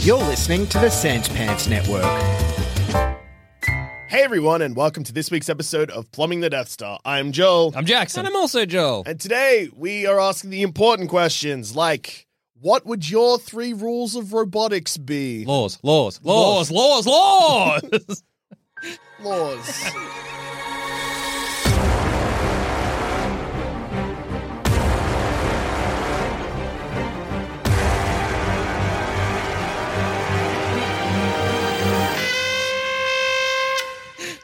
You're listening to the Sans Pants Network. Hey everyone, and welcome to this week's episode of Plumbing the Death Star. I'm Joel, I'm Jackson. And I'm also Joel. and today we are asking the important questions like, what would your three rules of robotics be? Laws, laws, laws, laws, laws. Laws.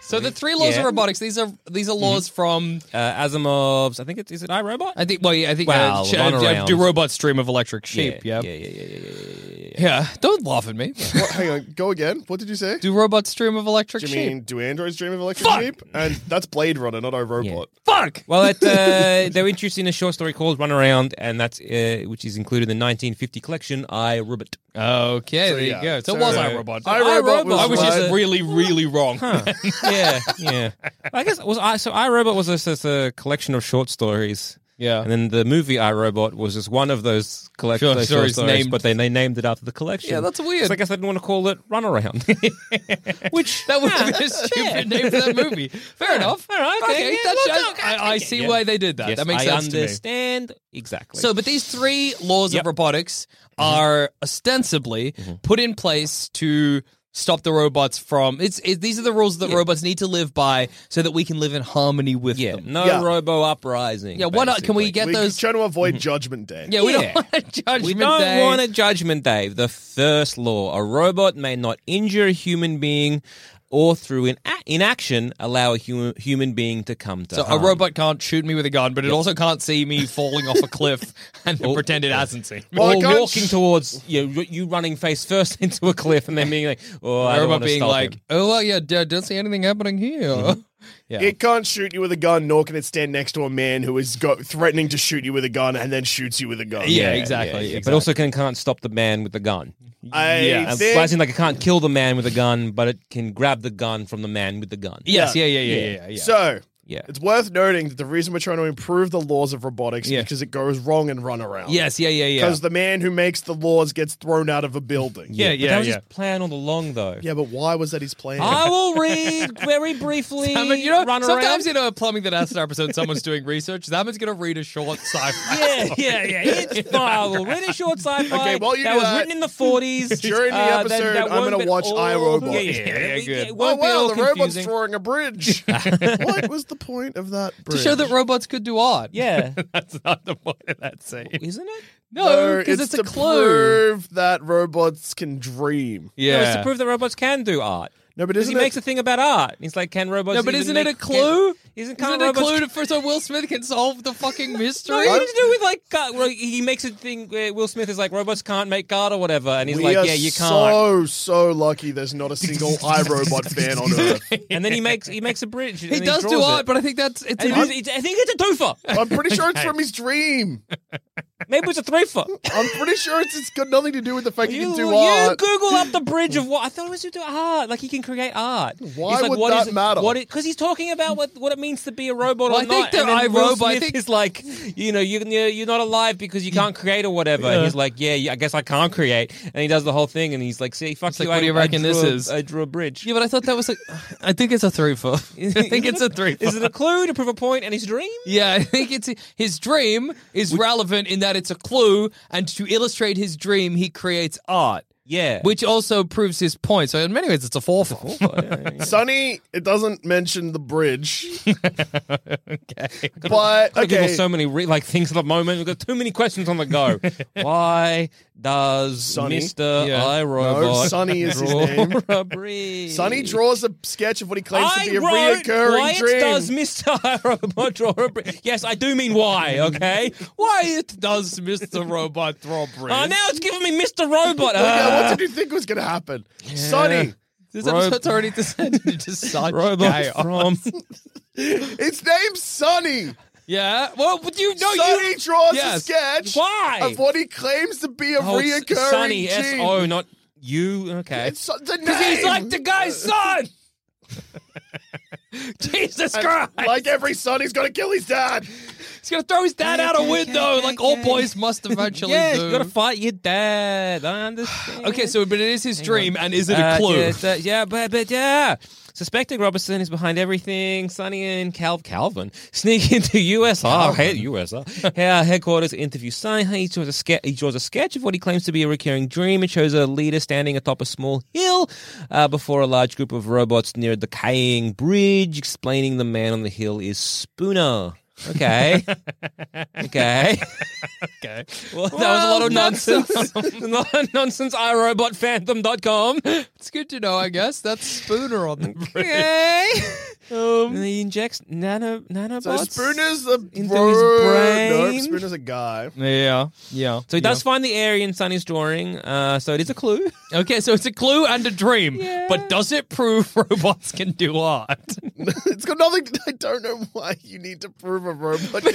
so the three laws Yeah. of robotics. These are these are laws from. uh, Asimov's. I think it's is it iRobot? I think. Well, yeah, I think. uh, Wow, ch- run around. do robots dream of electric sheep? Yeah, Yeah. yeah, yeah, yeah, yeah, yeah, yeah, yeah, yeah. Yeah, Don't laugh at me. What- hang on, go again. What did you say? do robots dream of electric Do you sheep? mean do androids dream of electric sheep? And that's Blade Runner, not our robot. Fuck. Well, it, uh, they're introducing a short story called "Run Around," and that's uh, which is included in the 1950 collection I Robot. Okay. there yeah. you go. So, So, it was uh, I robot. iRobot was I was right. just really, really wrong. yeah, yeah. I guess it was I. So I Robot was just, just a collection of short stories. Yeah. and then the movie I Robot was just one of those collection Short those short stories stories, named- but they, they named it after the collection. Yeah, that's weird. So I guess they didn't want to call it Run Around. Which that would have been a stupid name for that movie. Fair enough. All right, okay, yeah, that's- well, I- I, I see yeah. why they did that. Yes, that makes I sense to me. understand exactly. So, but these three laws Yep. Mm-hmm. of robotics are ostensibly put in place to stop the robots from. It's it, these are the rules that robots need to live by, so that we can live in harmony with yeah, them. no Yeah. robo uprising. Yeah, why not? Can we basically. get We're those? Mm-hmm. trying to avoid Judgment Day. yeah, we Yeah. don't want a judgment We don't day. want a judgment day. The first law: a robot may not injure a human being, or through in inaction allow a human human being to come to So a harm. robot can't shoot me with a gun, but it also can't see me falling off a cliff and then pretend it hasn't seen me. Well, I or can't- walking towards you, know, you running face first into a cliff, and then being like, "Oh, I Or don't about want to being stop like, him. oh, well, yeah, I don't see anything happening here. It can't shoot you with a gun, nor can it stand next to a man who is go- threatening to shoot you with a gun and then shoots you with a gun. Yeah, exactly. But also can can't stop the man with the gun. I And think- so I think, like it can't kill the man with a gun, but it can grab the gun from the man with the gun. yes, yeah, yeah, yeah, yeah, yeah. So, Yeah. it's worth noting that the reason we're trying to improve the laws of robotics Yeah. is because it goes wrong and run around. yes, yeah, yeah, yeah. Because the man who makes the laws gets thrown out of a building. Yeah, But that was his plan all along, though. Yeah, but why was that his plan? Oh, I Oh, will read very briefly. I mean, you know, run around. sometimes you know, a plumbing that has an episode, someone's doing research. That one's going to read a short sci-fi. yeah, yeah, yeah. It's viable. Read a short sci-fi. Okay, while you that do was uh, that, written in the forties. uh, during the episode, I'm gonna watch I, Robot. Yeah, yeah, yeah, Yeah, good. It oh, won't be wow, all the robot's confusing. drawing a bridge. what was the point of that to bridge? show that robots could do art. yeah, Oh, that's not the point of that scene. isn't it? No, because it's, to a clue. prove that robots can dream. No, Yeah. it's to prove that robots can do art. No, but Because isn't he it? makes a thing about art. He's like, can robots? No, but even isn't it make- a clue? Can, isn't Isn't can't it a robots clue to, for so Will Smith can solve the fucking mystery? No, he to do with like God, well, he makes a thing where Will Smith is like robots can't make God or whatever, and he's we like, are yeah, you can't. so so lucky. There's not a single iRobot fan on earth. And then he makes he makes a bridge. He does do art, but I think that's it's I think it's a twofer. I'm pretty sure it's from his dream. Maybe it's a threefer. I'm pretty sure it's, it's got nothing to do with the fact you, You, can do you art. Google up the bridge of what I thought it was you do art. Like he can create art. Why He's like, would what that is it- matter? What? Because he's talking about what, what it means to be a robot Well, or I not. think that and then I, Will Robot, I Smith think- is like, you know, you, you you're not alive because you can't create or whatever. And he's like, yeah, yeah, I guess I can't create. And he does the whole thing, and he's like, see, fuck It's you. like, what I, do you I reckon drew this a- is? I drew a bridge. Yeah, but I thought that was like, I think it's a three for. I think it's a three. Is it a clue to prove a point and his dream? Yeah, I think it's his dream is relevant in that it's a clue, and to illustrate his dream, he creates art, Yeah. which also proves his point. So in many ways, it's a four for. Sonny, it doesn't mention the bridge. okay. But, I Google okay. so many re- like things at the moment. We've got too many questions on the go. Why does Sonny? Mister Yeah. I Robot? Sonny is his draw name. a bridge? Sonny draws a sketch of what he claims I to be a wrote, reoccurring why dream. does Mister I Robot draw a bridge? Yes, I do mean why. Okay, why it does Mister Robot draw a bridge? Ah, Oh, now it's giving me Mister Robot. Yeah, Ah. what did you think was going to happen? Sonny, This Rob- episode's already descended into such Robot chaos. from it's named Sonny. Yeah. Well, but you know Sonny you draws a Yes. sketch Why? of what he claims to be a Oh, it's reoccurring Sonny dream. S O, not you. Okay, It's so- the because he's name. like the guy's son. Jesus Christ! Like every son, he's gonna kill his dad. he's gonna throw his dad out a window, like all boys must eventually yeah, do. you gotta fight your dad. I understand. Okay, so but it is his dream, and is it Uh, a clue? Yeah, it's, uh, yeah, but but yeah. Suspecting Robertson is behind everything. Sonny and Cal- Calvin sneak into USR, hey, USR our headquarters. Interview Sonny. He draws, a ske- he draws a sketch of what he claims to be a recurring dream. It shows a leader standing atop a small hill uh, before a large group of robots near a decaying bridge, explaining the man on the hill is Spooner. Okay. okay. okay. Well, that was a lot Well, of nonsense. nonsense. nonsense. iRobotPhantom.com. It's good to know, I guess. That's Spooner on the Um, bridge. Okay. and he injects nano nanobots. So Spooner's the into his bro- No, brain. Spooner's a guy. Yeah, yeah. So he does find the area in Sunny's drawing. Uh, so it is a clue. Okay, so it's a clue and a dream, Yeah. but does it prove robots can do art? It's got nothing. To, I don't know why you need to prove a robot. Me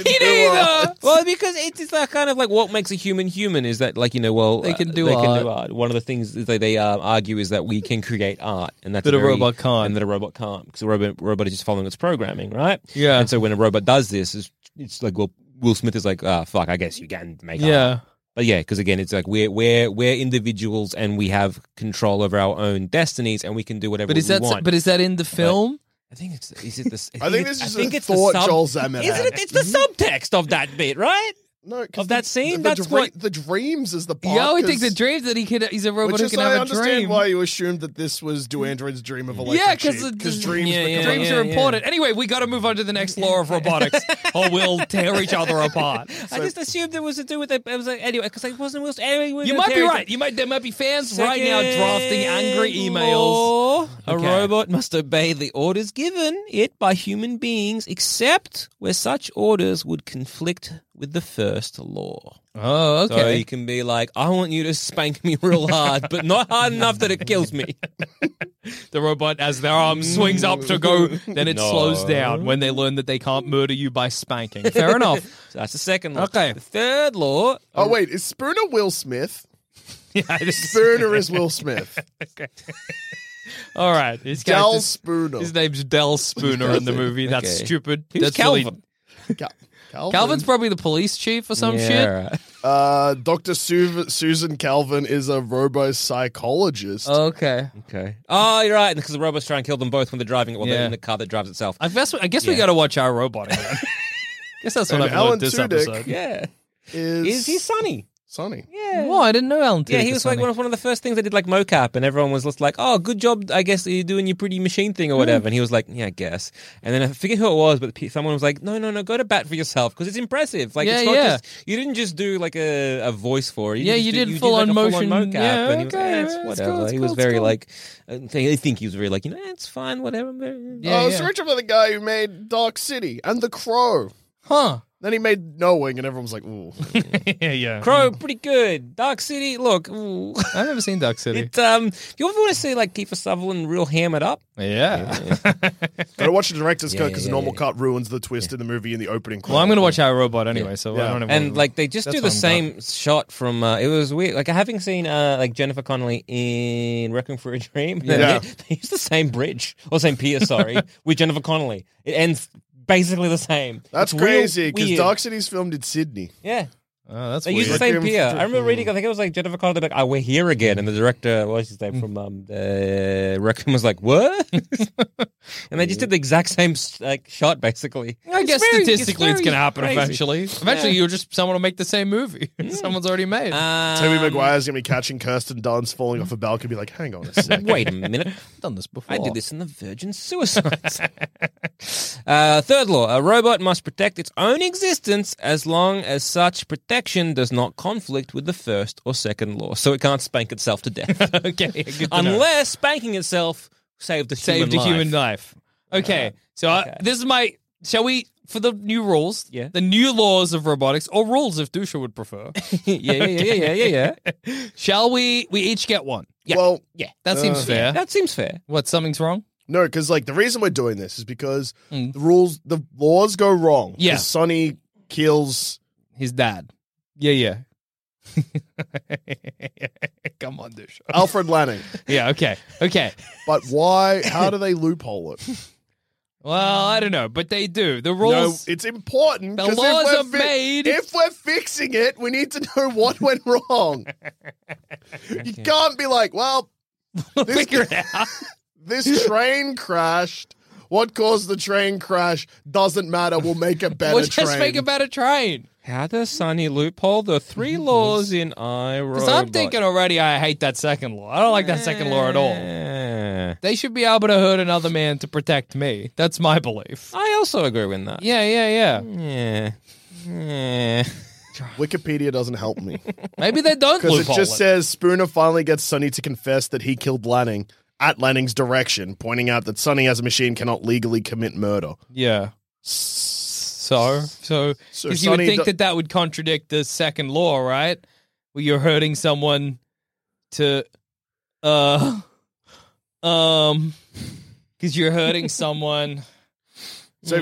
well, because it's it's that kind of like what makes a human human is that like you know well uh, They can do they Can art. do art. One of the things that they, they uh, argue is that we can create art, and that's That a very- robot can't. and that a robot can't because a robot robot is just following its programming, right? Yeah. And so when a robot does this, it's, it's like well. Will Smith is like, ah, fuck. I guess you can make art. But yeah, because again, it's like we're we're we're individuals and we have control over our own destinies and we can do whatever But is we that want. but is that in the film? I think it's is it the I think this it's- is I think a it's the thought sub- Joel Zammett Isn't had. it? It's the Mm-hmm. subtext of that bit, right? No, 'cause Of that the- scene, The, that's dre- what- the dreams is the part. yeah, I would think the 'cause- dreams that he could he's a robot Which who is can I have a understand dream. why you assumed that this was Do Androids Dream of Electric yeah, because because dreams yeah, become dreams yeah, are yeah. important. Anyway, we got to move on to the next law of robotics, or we'll tear each other apart. I just assumed it was to do with it. It was like anyway because it wasn't Will. Smith- Anyway, we're You gonna might be tear it right. down. You might there might be fans right now Second drafting angry emails. law. A Okay. robot must obey the orders given it by human beings, except where such orders would conflict with the first law. Oh, So you can be like, I want you to spank me real hard, but not hard enough that it kills me. The robot, as their arm swings up to go, then it No. slows down when they learn that they can't murder you by spanking. Fair enough. So that's the second law. Okay. The third law. Oh wait, is Spooner Will Smith? Yeah, it is. Spooner is Will Smith. All right. His, Del character's- Spooner. his name's Del Spooner in the movie. That's Okay. stupid. Who's That's Calvin? really- Cal- Calvin. Calvin's probably the police chief or some shit. Uh, Dr. Su- Susan Calvin is a robo psychologist. Okay. Okay. Oh, you're right. Because the robots try and kill them both when they're driving it, well, Yeah. they're in the car that drives itself. I guess I guess we Yeah. got to watch our robot. Again. guess that's what And I've Alan learned this Tudyk. episode. yeah. is Is he Sonny? Sonny? Yeah. Whoa, I didn't know Alan. Tudyk Yeah, he was like funny. one of, one of the first things I did, like mocap, and everyone was just like, "Oh, good job, I guess that you're doing your pretty machine thing or Hmm. whatever." And he was like, "Yeah, I guess." And then I forget who it was, but pe- someone was like, "No, no, no, go to bat for yourself because it's impressive. Like, Yeah, it's not yeah. just you didn't just do like a, a voice for it. Yeah, just you do- did full-on like, a motion. full-on mocap." Yeah, and he was, okay, eh, it's yeah, it's whatever. cool, it's he was cool, it's very cool. like, I think I think he was very like, you know, eh, it's fine, whatever. Yeah, oh, it's yeah. directed by the guy who made Dark City and The Crow. Huh. Then he made No Wing, and everyone's like, ooh. yeah, yeah. Crow, pretty good. Dark City, look. Ooh. I've never seen Dark City. It, um, you ever want to see like Kiefer Sutherland real hammered up? yeah. Gotta watch the director's cut because yeah, the normal cut ruins the twist in the movie in the opening. Well, I'm going to watch Our Robot anyway, so I Yeah. don't have And like they just That's do the what same I'm shot from uh, it was weird. Like having seen uh, like Jennifer Connelly in Wrecking for a Dream, Yeah. they, they use the same bridge or same pier, sorry, with Jennifer Connelly. It ends basically the same. That's It's real crazy because weird. Dark City's filmed in Sydney. Yeah, Oh, that's they weird. use the same Wrecking pier. for- I remember reading. I think it was like Jennifer Connelly. Like, oh, we're here again, and the director, what was his Mm. name from um, uh, Wrecking, was like, what? and they just did the exact same like shot, basically. I It's guess very- statistically it's, very going to happen crazy. eventually. Eventually, you're just someone will make the same movie Mm. someone's already made. Uh, Toby Um, Maguire's going to be catching Kirsten Dunst falling off a balcony be like, hang on a second. Wait a minute. I've done this before. I did this in the Virgin Suicides. uh, third law: A robot must protect its own existence as long as such protection does not conflict with the first or second law. So it can't spank itself to death, okay, good to know. unless spanking itself saved a saved human a life. Uh, human life. Okay, so I, this is my. Shall we for the new rules? Yeah. the new laws of robotics or rules, if Dusha would prefer. yeah, yeah, yeah, yeah, yeah, yeah. Shall we? We each get one. Well, Yeah, Uh, That seems fair. that seems fair. What? Something's wrong. no, because like the reason we're doing this is because the rules, the laws go wrong. 'Cause Mm. Yeah. Sonny kills. His dad. Yeah, yeah. Come on, Dusha. Alfred Lanning, Yeah. Okay. Okay. but why? How do they loophole it? Well, I don't know, but they do. The rules. No, it's important. The 'cause if laws we're are made- If we're fixing it, we need to know what went wrong. You can't be like, well, this, figure it out. this train crashed. What caused the train crash doesn't matter. We'll make a better We'll just train. make a better train. How does Sunny loophole the three laws in I Because I'm thinking already, I hate that second law. I don't like that second law at all. Yeah. They should be able to hurt another man to protect me. That's my belief. I also agree with that. Yeah, yeah, yeah. Yeah. Yeah. Wikipedia doesn't help me Maybe they don't because it loophole just it. says Spooner finally gets Sonny to confess that he killed Lanning at Lanning's direction, pointing out that Sonny as a machine cannot legally commit murder. yeah. So, so, So because you would Sonny think do- that that would contradict the second law, right? Where you're hurting someone to, uh, um, because you're hurting someone. So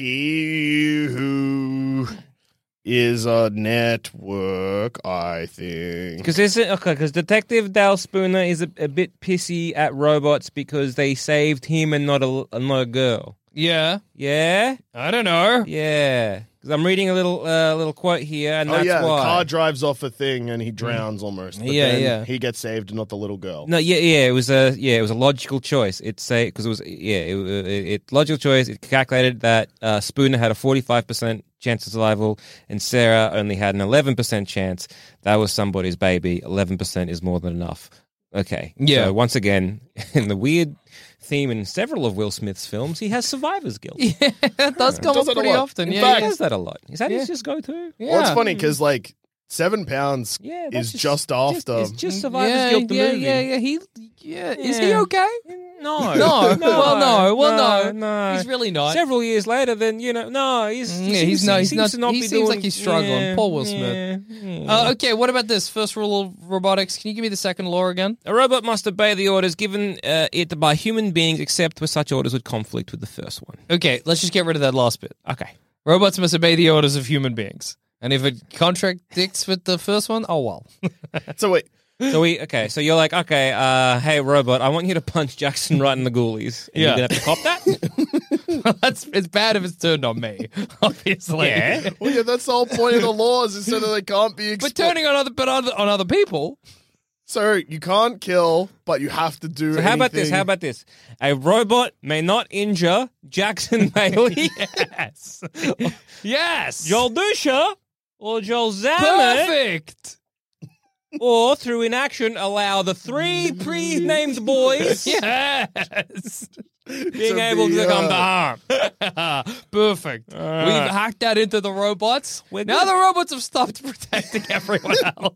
Vicky, who is a network, I think. Because isn't okay? Because Detective Dale Spooner is a, a bit pissy at robots because they saved him and not a and not a girl. Yeah. Yeah, I don't know. yeah. Because I'm reading a little uh, little quote here, and oh that's yeah, why. the car drives off a thing and he drowns almost. But Yeah, then yeah. He gets saved, and not the little girl. no, yeah, yeah. It was a yeah. It was a logical choice. It's a because it was yeah. It, it, it logical choice. It calculated that uh, Spooner had a 45 percent chance of survival, and Sarah only had an 11 percent chance. That was somebody's baby. 11 percent is more than enough. Okay. Yeah. So once again, in the weird theme in several of Will Smith's films, he has survivor's guilt. Yeah, That does come Does up that a pretty lot? often. In yeah, fact- he yeah. does that a lot. Is that Yeah. his just go to? yeah. Well, it's funny because like seven pounds Yeah, that's is just, after. It's just survivor's Mm, yeah, guilt. The yeah, movie. yeah, yeah. He, yeah. Is he Yeah. Hmm. okay? No. No. Well, no. Well, no. No. He's really not. Mm, Several years later, then you know, no, he's Yeah, he he's seems- not- He he's seems not- to not he be seems doing- like he's struggling. yeah, Poor Will yeah, yeah. Uh, okay, what about this first rule of robotics? Can you give me the second law again? a robot must obey the orders given uh, it by human beings, except where such orders would conflict with the first one. Okay, let's just get rid of that last bit. Okay. Robots must obey the orders of human beings, and if it contradicts with the first one, oh well. so wait, So we okay. So you're like, okay, uh, hey robot, I want you to punch Jackson right in the ghoulies. And Yeah. You're gonna have to cop that. That's it's bad if it's turned on me, obviously. yeah. well, yeah, that's the whole point of the laws is so that they can't be. But Expl- turning on other but other, on other people, so you can't kill, but you have to do. So how about this? anything. How about this? A robot may not injure Jackson Bailey, yes, yes, Joel Dusha, or Joel Zaman, perfect. or through inaction allow the three pre-named boys Yes, being able to the, come uh, to harm. perfect. We've hacked that into the robots. We're Now good. the robots have stopped protecting everyone else.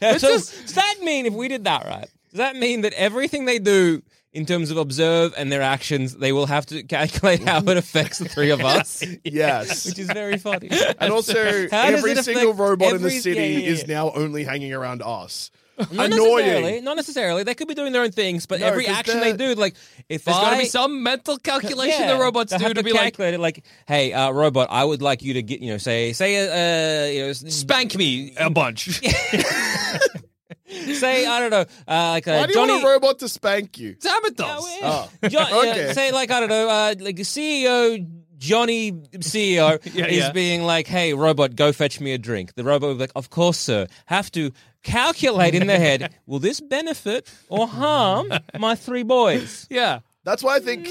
Yeah, It's so just- does that mean if we did that right? Does that mean that everything they do in terms of observe and their actions, they will have to calculate how it affects the three of us, Yes. which is very funny. And also, does every it affect single robot in the every- yeah, city yeah, yeah. is now only hanging around us. Not necessarily. Annoying. Not necessarily. They could be doing their own things, but No, every 'cause action they're- they do, like if There's I got to be some mental calculation the robots they'll do have to be like, calculate it, like, hey, uh, robot, I would like you to get, you know, say, say, uh, you know, s- spank me a bunch. say, I don't know, uh, like uh, Why do you Johnny. want a robot to spank you? Damn it, Oh, does. yeah. Jo- yeah, Okay. say like I don't know, uh, like CEO Johnny CEO Yeah, is yeah. being like, "Hey, robot, go fetch me a drink." The robot will be like, "Of course, sir." Have to calculate in their head, will this benefit or harm my three boys? yeah. That's why I think. 'cause-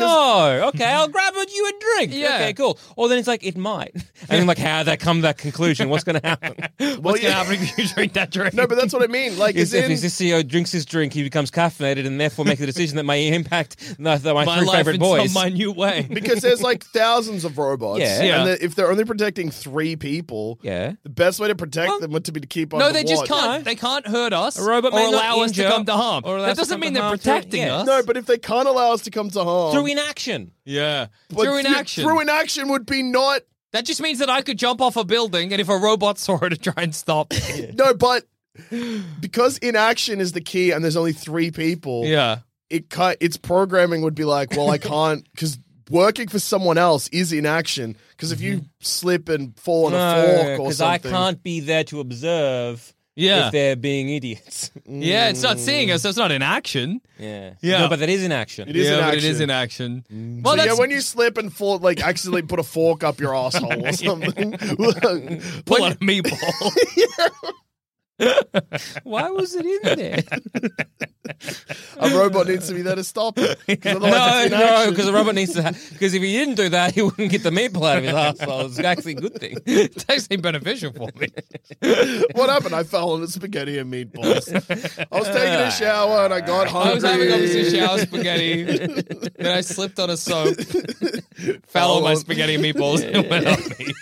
No, okay, I'll grab a- you a drink. Yeah. Okay, cool. Or then it's like it might, and then like how that come to that conclusion? What's going to happen? well, What's yeah. gonna happen if you drink that drink? No, but that's what I mean. Like, Is is if in his CEO E drinks his drink, he becomes caffeinated and therefore make the decision that may impact my, my, my three life favorite in boys. some minute way. because there's like thousands of robots. Yeah. Yeah. And the- if they're only protecting three people, Yeah. the best way to protect Well, them would to be to keep on. No, the they just watch. can't. They can't hurt us A robot or may not allow us to injure come to harm. or allow That us to doesn't come mean to they're harm, too. protecting Yeah. us. No, but if they can't allow us to come to harm, through inaction. yeah, but through th- inaction. through inaction would be not. that just means that I could jump off a building, and if a robot saw her to try and stop, me. No, but because inaction is the key, and there's only three people. yeah, it cut its programming would be like, well, I can't because working for someone else is inaction. Because if you slip and fall on a fork or I something, can't be there to observe Yeah. if they're being idiots. yeah, it's not seeing us. so It's not in action. Yeah. Yeah. No, but that is an action. Mm. It is yeah, in but it action. is in action. Well, Oh, So, that's yeah, when you slip and fall, like accidentally put a fork up your asshole or something. pull When- out a meatball. Why was it in there? a robot needs to be there to stop it. 'cause otherwise no, it's no, inaction. because the robot needs to. Because if he didn't do that, he wouldn't get the meatball out of his asshole. It's actually a good thing. it's actually beneficial for me. what happened? I fell on the spaghetti and meatballs. I was taking a shower and I got hungry. I was having obviously shower spaghetti. then I slipped on a soap, fell on my spaghetti and meatballs, and went on me.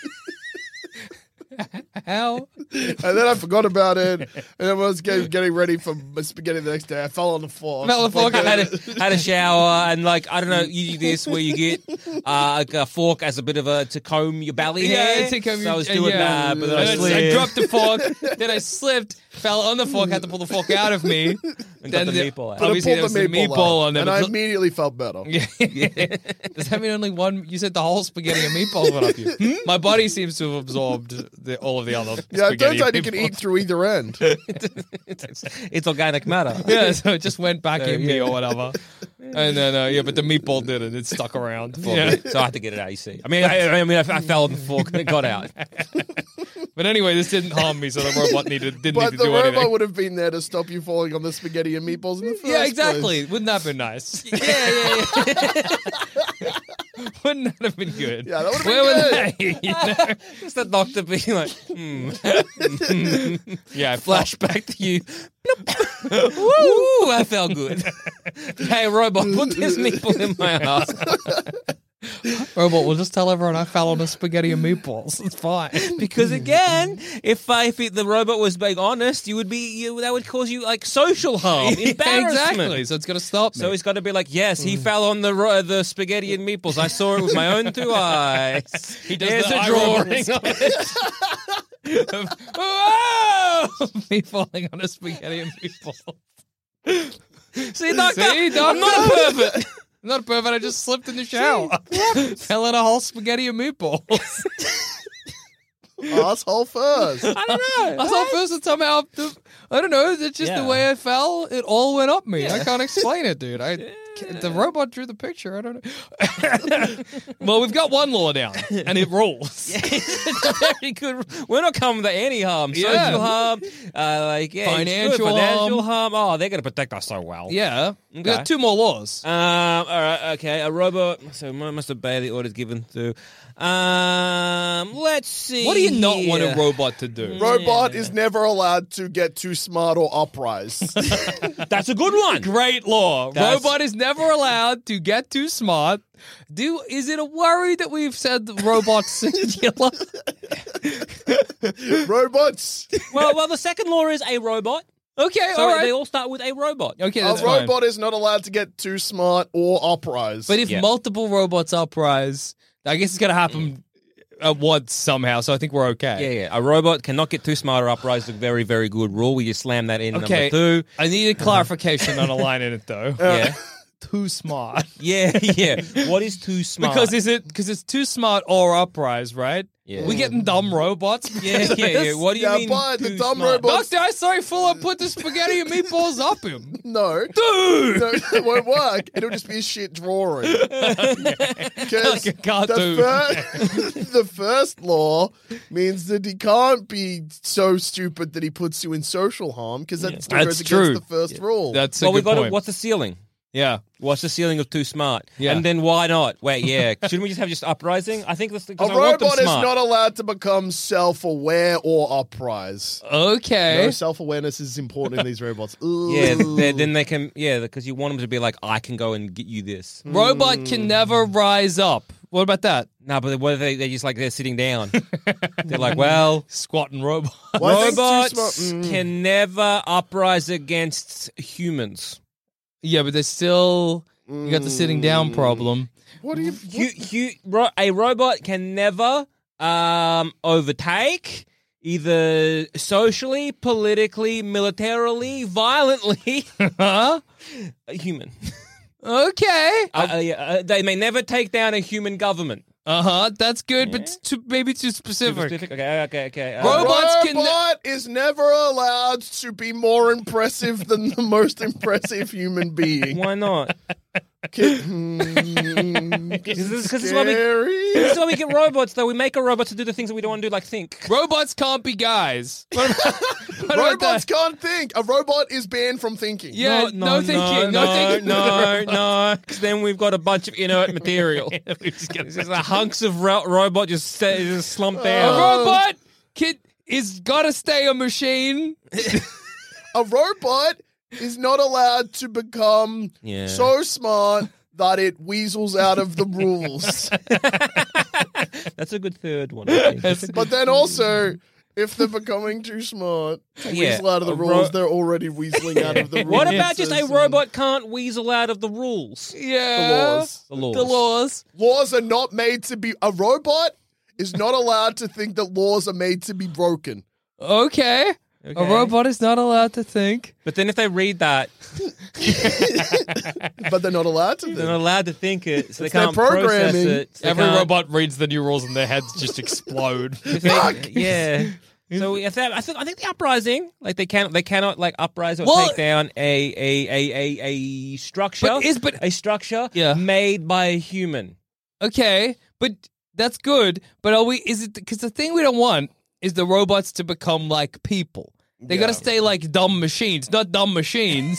How? and then I forgot about it. And then when I was getting, getting ready for my spaghetti the next day, I fell on the floor. Fell on the fork. I had a, had a shower and like I don't know you do this where you get uh, like a fork as a bit of a to comb your belly hair. I think I'm- so I was doing yeah. that, but then I And I slipped. dropped the fork. then I slipped, fell on the fork, had to pull the fork out of me. And got the meatball out. But I Obviously, there pulled was the a meatball meatball out, on there. and I but- immediately felt better. Does that mean only one? You said the whole spaghetti and meatballs went up you. Hmm? My body seems to have absorbed the, all of the other. Yeah, it spaghetti turns and out you can meatballs. eat through either end. it's, it's organic matter. Yeah, so it just went back in me or whatever. And then, uh, yeah, but the meatball did it. It stuck around. For yeah. me. so I had to get it out. You see, I mean, I, I mean, I, I fell on the fork and it got out. But anyway, this didn't harm me, so the robot needed didn't But need to the do robot anything. would have been there to stop you falling on the spaghetti and meatballs in the first Yeah, place. exactly. Wouldn't that been nice? Yeah, yeah, yeah. Wouldn't that have been good? Yeah, that would've been Where good. were they? You know? It's the doctor being like, hmm, Yeah, I flashed. flashback to you. Bloop. Woo, I felt good. hey, robot, put this meatball in my ass. Robot, we'll just tell everyone I fell on a spaghetti and meatballs. It's fine. Because again, if I, if it, the robot was being honest, you would be you, that would cause you like social harm, Yeah, embarrassment. exactly. So it's gonna stop me. Mm. So he's got to be like, yes, he fell on the ro- the spaghetti and meatballs. I saw it with my own two eyes. He does There's the a eye drawing roll. of it. Whoa! me falling on a spaghetti and meatballs. See, doctor, See, I'm doctor? not perfect. I'm not perfect. I just slipped in the shower. Fell in a whole spaghetti and meatballs. Asshole first. I don't know. I saw first and somehow the, I don't know. It's just Yeah. the way I fell. It all went up me. I can't explain it, dude. I the robot drew the picture. I don't know. well, we've got one law down, and it rules. It's a very good. We're not coming to any harm, social Yeah. harm, uh, like yeah, it's good. Financial financial harm. Oh, they're going to protect us so well. Yeah, we Okay. got two more laws. Um, all right, okay. A robot, so mine must obey the orders given to. Um, let's see. What do you not want a here. robot to Mm. do? Robot is never allowed to get too smart or uprise. That's a good one. Great law. That's- Robot is never allowed to get too smart. Do is it a worry that we've said the robot's singular? Robots. well, well, the second law is a robot Okay, So all right. they all Oh, start with a robot. okay, A that's fine. robot is not allowed to get too smart or uprise. But if Yeah. multiple robots uprise, I guess it's gonna happen at once somehow. So I think we're okay. Mm. Yeah, yeah. A robot cannot get too smart or uprise. is A very, very good rule. We just slam that in Okay. number two. I need a clarification on a line in it though. Yeah, Too smart. yeah, yeah. What is too smart? Because is it because it's too smart or uprise, right? Yeah. We getting dumb robots. yeah, yeah, yeah. What do you yeah, mean? but the too dumb smart? robots. Doctor, I saw you full up put the spaghetti and meatballs up him. No, Dude! no, it won't work. It'll just be a shit drawing. 'Cause Like a cartoon. The, fir- the first law means that he can't be so stupid that he puts you in social harm because that still That's goes true. against the first rule. That's a Well, we good got to, point. What's the ceiling? yeah. What's the ceiling of too smart? Yeah. And then why not? Wait, yeah. Shouldn't we just have just uprising? I think that's a because I want them robot is smart. not allowed to become self-aware or uprise. Uh, Okay. No self-awareness is important in these robots. Ooh. yeah, th- then they can. Yeah, because you want them to be like, I can go and get you this. Mm. Robot can never Mm. rise up. What about that? No, but what if they, they're just like they're sitting down? they're like, well, Squatting robot. Well, I think too robots smart- Mm. can never uprise against humans. yeah, but there's still you got the sitting Mm. down problem. What do you? You, you, ro- a robot can never um, overtake either socially, politically, militarily, violently Huh? a human. Okay. Uh, uh, yeah, uh, they may never take down a human government. Uh huh. That's good, but too, maybe too specific. Specific? Okay, okay, okay. Uh, Robots Robot can ne- is never allowed to be more impressive than the most impressive human being. Hmm. why not? Because this, 'cause this is why we. Scary. This is why we get robots, though. We make a robot to do the things that we don't want to do, like think. Robots can't be guys. What about, what about Robots that? can't think. A robot is banned from thinking. Yeah, no, thinking, no, thinking. no, no, because then we've got a bunch of inert material. It's just like hunks of ro- robot just, sta- just slumped A down. robot kid is gotta stay a machine. A robot is not allowed to become Yeah. so smart that it weasels out of the rules. That's a good third one. I think. but then also, if they're becoming too smart to Yeah, weasel out of the a ro- rules, they're already weaseling out of the rules. what about just So a it's- robot can't weasel out of the rules? Yeah. laws. The laws. The laws. Laws are not made to be. A robot is not allowed to think that laws are made to be broken. Okay. A Okay. robot is not allowed to think. But then if they read that, But they're not allowed to think. they're not allowed to think it, so they It's their can't process programming. it. so they Every can't- robot reads the new rules and their heads just explode. Fuck! Yeah. So if that, I think I think the uprising, like they can they cannot like uprise or Well- take down a a a a, a structure. But is- but- a structure Yeah. made by a human. okay, but that's good. But are we? Is it because the thing we don't want is the robots to become like people? They got to stay like dumb machines, not dumb machines.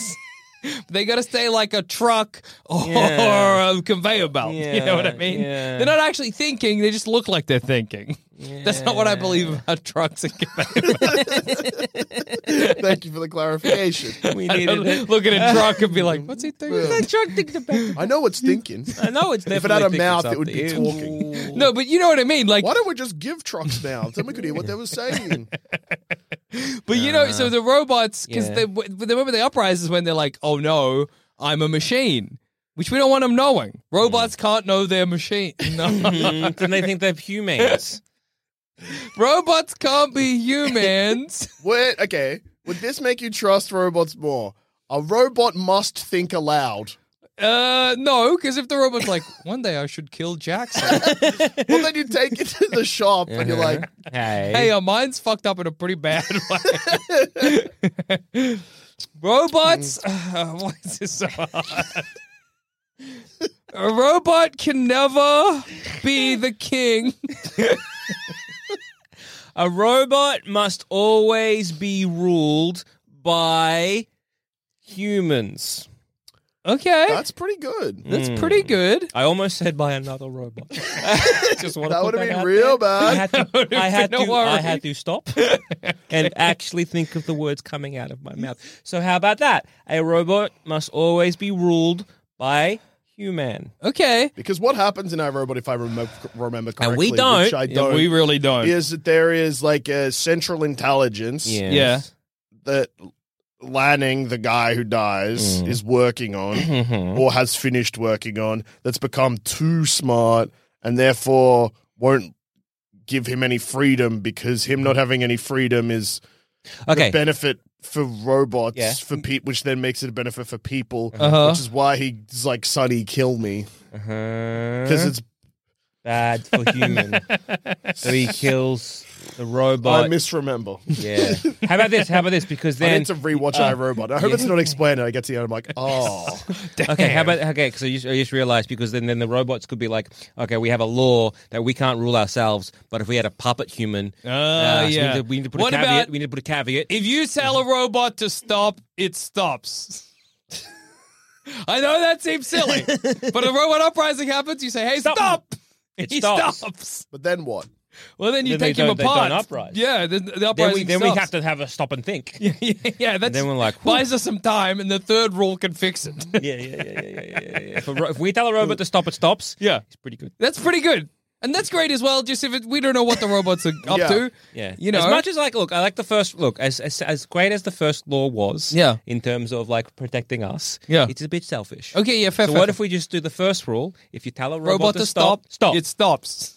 they got to stay like a truck or Yeah. a conveyor belt. you Yeah, know what I mean? yeah. They're not actually thinking; they just look like they're thinking. That's not what I believe about trucks and conveyor belts. Thank you for the clarification. We I needed don't it. look at a truck and be like, "What's he thinking?" Yeah. I know it's thinking. I know it's If it had definitely a thinking mouth, it would be something. talking. No, but you know what I mean. Like, Why don't we just give trucks now? Then we could hear what they were saying. But you know, so the robots, because Yeah. they, w- they remember the uprise is when they're like, oh no, I'm a machine, which we don't want them knowing. Robots can't know they're machine. No. Mm, Then they think they're humans. robots can't be humans. Wait, okay. Would this make you trust robots more? A robot must think aloud. uh, no, because if the robot's like, one day I should kill Jackson. Well, then you take it to the shop and you're like, Hey. hey, our mind's fucked up in a pretty bad way. robots. Mm. uh, why is this so hard? A robot can never be the king. A robot must always be ruled by humans. Okay. that's pretty good. That's pretty Hmm. good. I almost said by another robot. Just That want to put would have out been real I bad. had to, I had No to, I worry. had to stop and actually think of the words coming out of my mouth. So how about that? A robot must always be ruled by human. Okay. Because what happens in iRobot, if I remember, remember correctly, And we don't. which I don't, we really don't. is that there is like a central intelligence Yeah. that Lanning, the guy who dies, Mm. is working on Mm-hmm. or has finished working on that's become too smart and therefore won't give him any freedom because him not having any freedom is Okay. the benefit for robots Yeah. for people which then makes it a benefit for people Uh-huh. which is why he's like sonny kill me because Uh-huh. Because it's Uh-huh. bad for human. so he kills the i robot. misremember yeah. How about this? How about this? Because i then need to rewatch uh, I iRobot. i hope it's not explained and i get to the end i'm like oh Okay, how about okay? So you, just- I just realized because then, then the robots could be like, okay, we have a law that we can't rule ourselves, but if we had a puppet human, Uh, so we yeah. need to- we need to put What a caveat. about- we need to put a caveat. If you tell a robot to stop, it stops. I know that seems silly, but a robot uprising happens, you say, hey, stop! It he stops. stops. but then what Well, then you Then they take him don't- they apart. don't uprise. Yeah, the, the then uprising we, then we stops. have to have a stop and think. yeah, that's, then we're like, buys us some time, and the third rule can fix it. yeah, yeah, yeah, yeah, yeah, yeah, yeah. If, a ro- if we tell a robot to stop, it stops. yeah, it's pretty good. that's pretty good, and that's great as well. Just if it, we don't know what the robots are up Yeah. to, Yeah, you know, as much as like, look, I like the first look. As as, as great as the first law was, Yeah. in terms of like protecting us, Yeah. it's a bit selfish. okay, yeah, fair. So fair, what fair. if we just do the first rule? If you tell a robot, robot, to stop? stop. It stops.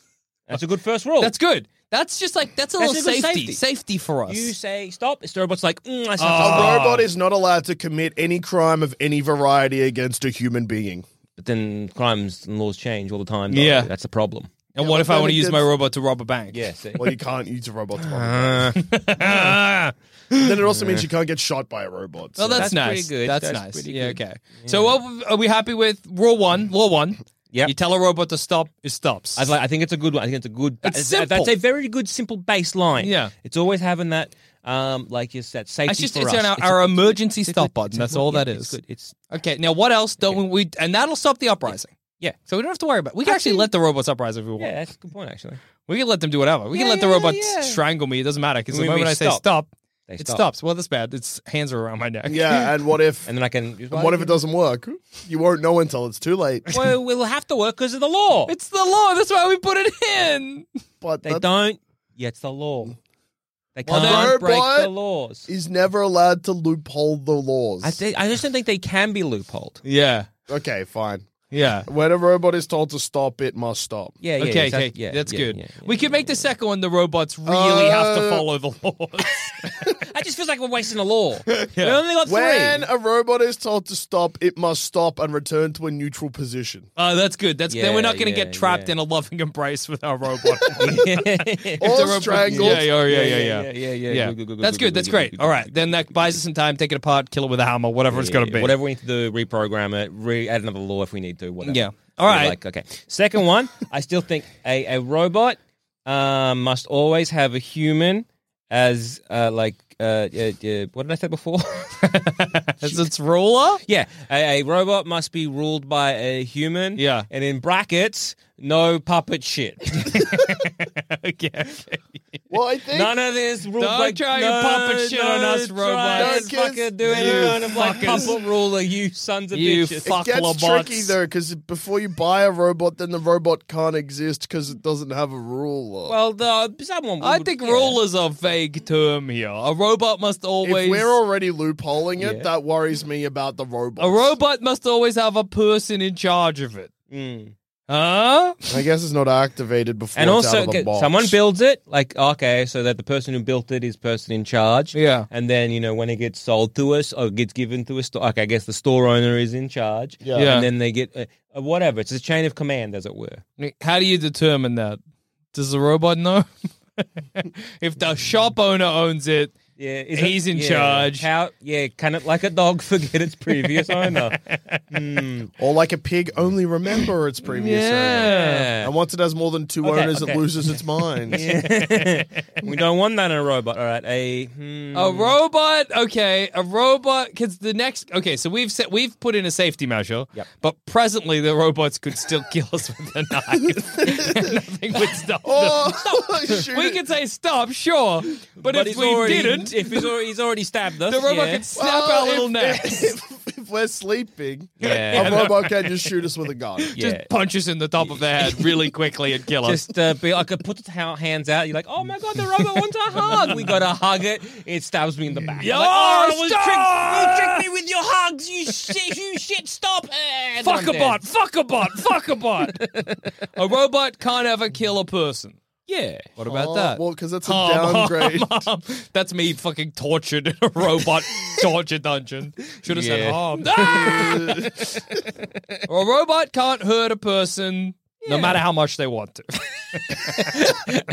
That's a good first rule. That's good. That's just like that's a That's little a good safety, safety. safety, for us. You say stop. It's the robot's like, mm, I Ah. a stop. robot is not allowed to commit any crime of any variety against a human being But then crimes and laws change all the time. though. Yeah. that's a problem. and what if I then want to it use my Uh-huh. gives- robot to rob a bank? Yeah, see. well you can't use a robot to Ah. then it also means you can't get shot by a robot so- Well, that's, That's nice. pretty good. That's, That's nice. pretty Yeah. good. Okay. So, what are we happy with? Rule one. Law one. Yep. You tell a robot to stop, it stops. I, like, I think it's a good one. I think it's a good. It's that- That's simple. a very good simple baseline. Yeah. it's always having that, um, like you said, safety it's just for it's us. on our, a- our emergency it's a stop good- button. it's a That's good- all yeah, that it's is. good. It's Okay. Now, what else don't we? And that'll stop the uprising. yeah, So we don't have to worry about. We can actually, Actually- let the robots uprise if we want. yeah. That's a good point actually. We can let them do whatever. We can Yeah, let the yeah, robot yeah. strangle me. It doesn't matter because the When we moment I say stop, stop, They it stop. stops. Well, that's bad. Its hands are around my neck. yeah and what if and then I can. Just, And what if it doesn't work? You won't know until it's too late. Well, we'll have to work because of the law. It's the law. That's why we put it in. But they that don't. Yeah, it's the law. They Well, can't no, break the but- laws. is never allowed to loophole the laws. I, think I just don't think they can be loopholed. Yeah. okay, fine. Yeah. When a robot is told to stop, it must stop. Yeah, yeah. Okay, yes, okay, yeah, that's yeah, good. yeah, yeah, we could yeah, make the second one the robots really have to Uh, follow the laws. yeah. I just feels like we're wasting a law. We only got When three. a robot is told to stop, it must stop and return to a neutral position. Oh, that's good. That's then we're not Yeah, going to yeah, get trapped yeah. in a loving embrace with our robot. Or robot- strangled. Yeah, yeah, yeah, yeah, yeah, yeah, yeah, yeah, yeah. Good, good, good, That's good, good. good, That's good, great. good, All good, right, good, then that buys us some time. Take it apart, kill it with a hammer, whatever it's going to Yeah, be. Whatever we need to do, reprogram it, re add another law if we need to, whatever. Yeah. All We're right. Like, okay. Second one, I still think a, a robot um, must always have a human as uh, like uh, uh, uh, what did I say before? As its ruler. yeah, a, a robot must be ruled by a human. Yeah. and in brackets, no puppet shit. okay. okay. Well, I think None of this rule. Don't like, try your no, puppet shit on us, try robots. and Don't fucking kiss- do it You on a black fuckers. puppet ruler, you sons of You bitches. fuck it gets robots. tricky though because before you buy a robot, then the robot can't exist because it doesn't have a ruler. Well, the, someone. I would- think yeah. ruler's a vague term here. A robot must always. if we're already loopholing it, Yeah. that worries me about the robot. a robot must always have a person in charge of it. Huh? I guess it's not activated before. And it's also, out of the okay, box. someone builds it, like, okay, so that the person who built it is person in charge. Yeah. And then, you know, when it gets sold to us or gets given to a store, okay, I guess the store owner is in charge. Yeah. Yeah. And then they get uh, uh, whatever. It's a chain of command, as it were. How do you determine that? Does the robot know? if the shop owner owns it, Yeah. He's in charge. How, yeah. Can it, like a dog, forget its previous owner? Or like a pig, only remember its previous owner. Yeah. And once it has more than two Okay, owners, okay. it loses its mind. we don't want that in a robot. All right. A, hmm, A robot, okay, a robot. Because the next, okay, so we've set, we've put in a safety measure. Yep. But presently, the robots could still kill us with a knife. And Nothing would stop them. Oh, shoot We it. could say stop, sure, but, if he's we already- didn't, If he's already, he's already stabbed us. the robot yeah. could snap Well, our little if- necks. If, if we're sleeping, Yeah. a robot can just shoot us with a gun. Just Yeah. punches in the top of the head really quickly and kill us. Just uh, be like, put the ta- hands out. You're like, oh my god, the robot wants a hug. We gotta hug it. It stabs me in the back. Yeah, Like, oh, stop! it was tricked- you tricked me with your hugs. You shit, you shit. Stop it. Eh, fuck a bot, fuck a bot, fuck a bot. a robot can't ever kill a person. Yeah. What about that? Oh, Well, because that's a Oh, Hum, hum, downgrade. hum. That's me fucking tortured in a robot torture dungeon. Should have Yeah. said harm. Ah! a robot can't hurt a person no matter how much they want to.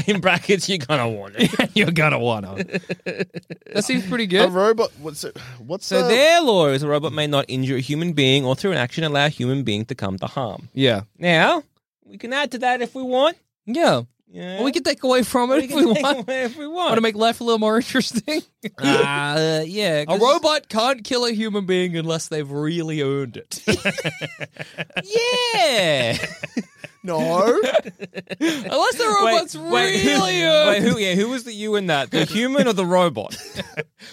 In brackets, you're gonna want it. You're gonna wanna. That seems pretty A good. robot. What's it, what's So the, their law is a robot may not injure a human being or through an action allow a human being to come to harm. Yeah. Now, we can add to that if we want. Yeah. Yeah. Well, we can take away from it if we take want. away if we Want to want. make life a little more interesting? Uh, yeah. a 'cause- robot can't kill a human being unless they've really earned it. Yeah. No. unless the robot's really wait, earned who, yeah, who was the you in that? The human or the robot?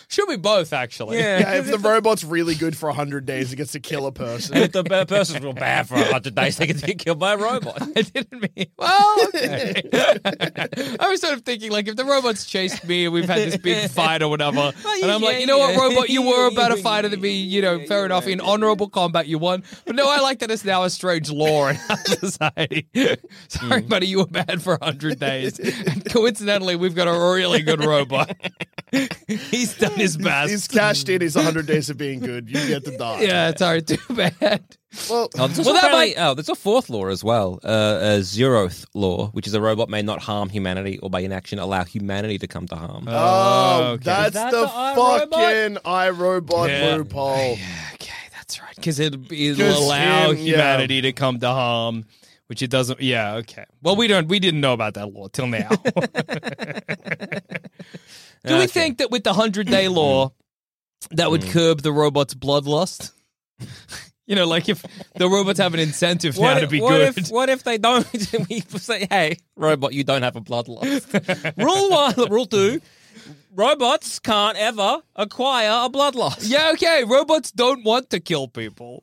Should be both, actually. Yeah, if the robot's really good for 100 days, it gets to kill a person. if the per- person's real bad for a hundred days, they get to get killed by a robot. I didn't mean. Well, okay. I was sort of thinking like if the robots chased me and we've had this big fight or whatever, Well, you- and I'm like, yeah, you know what, yeah. robot, you were about a You- fighter than me. You know, fair enough. In honorable combat, you won. But no, I like that it's now a strange law in our society. Sorry, Hmm. buddy, you were bad for hundred days. And coincidentally, we've got a really good robot. He's done his best. He's cashed in his 100 days of being good. You get to die. yeah, sorry, too bad. Well, Oh, there's also Well, that apparently- oh, there's a fourth law as well, uh, a zeroth law, which is a robot may not harm humanity or by inaction allow humanity to come to harm. oh, that's Is that the, the fucking iRobot? iRobot Yeah. loophole. Okay, that's right. Because it'll, be- it'll 'Cause allow him, yeah. humanity to come to harm, which it doesn't. Yeah, okay. Well, we don't. We didn't know about that law till now. Do we think that with the hundred day law, that Hmm. would curb the robot's bloodlust? you know, like if the robots have an incentive now What, to if, be what good. if what if they don't? we say, hey, robot, you don't have a bloodlust. rule one, rule two, robots can't ever acquire a bloodlust. yeah, okay. Robots don't want to kill people.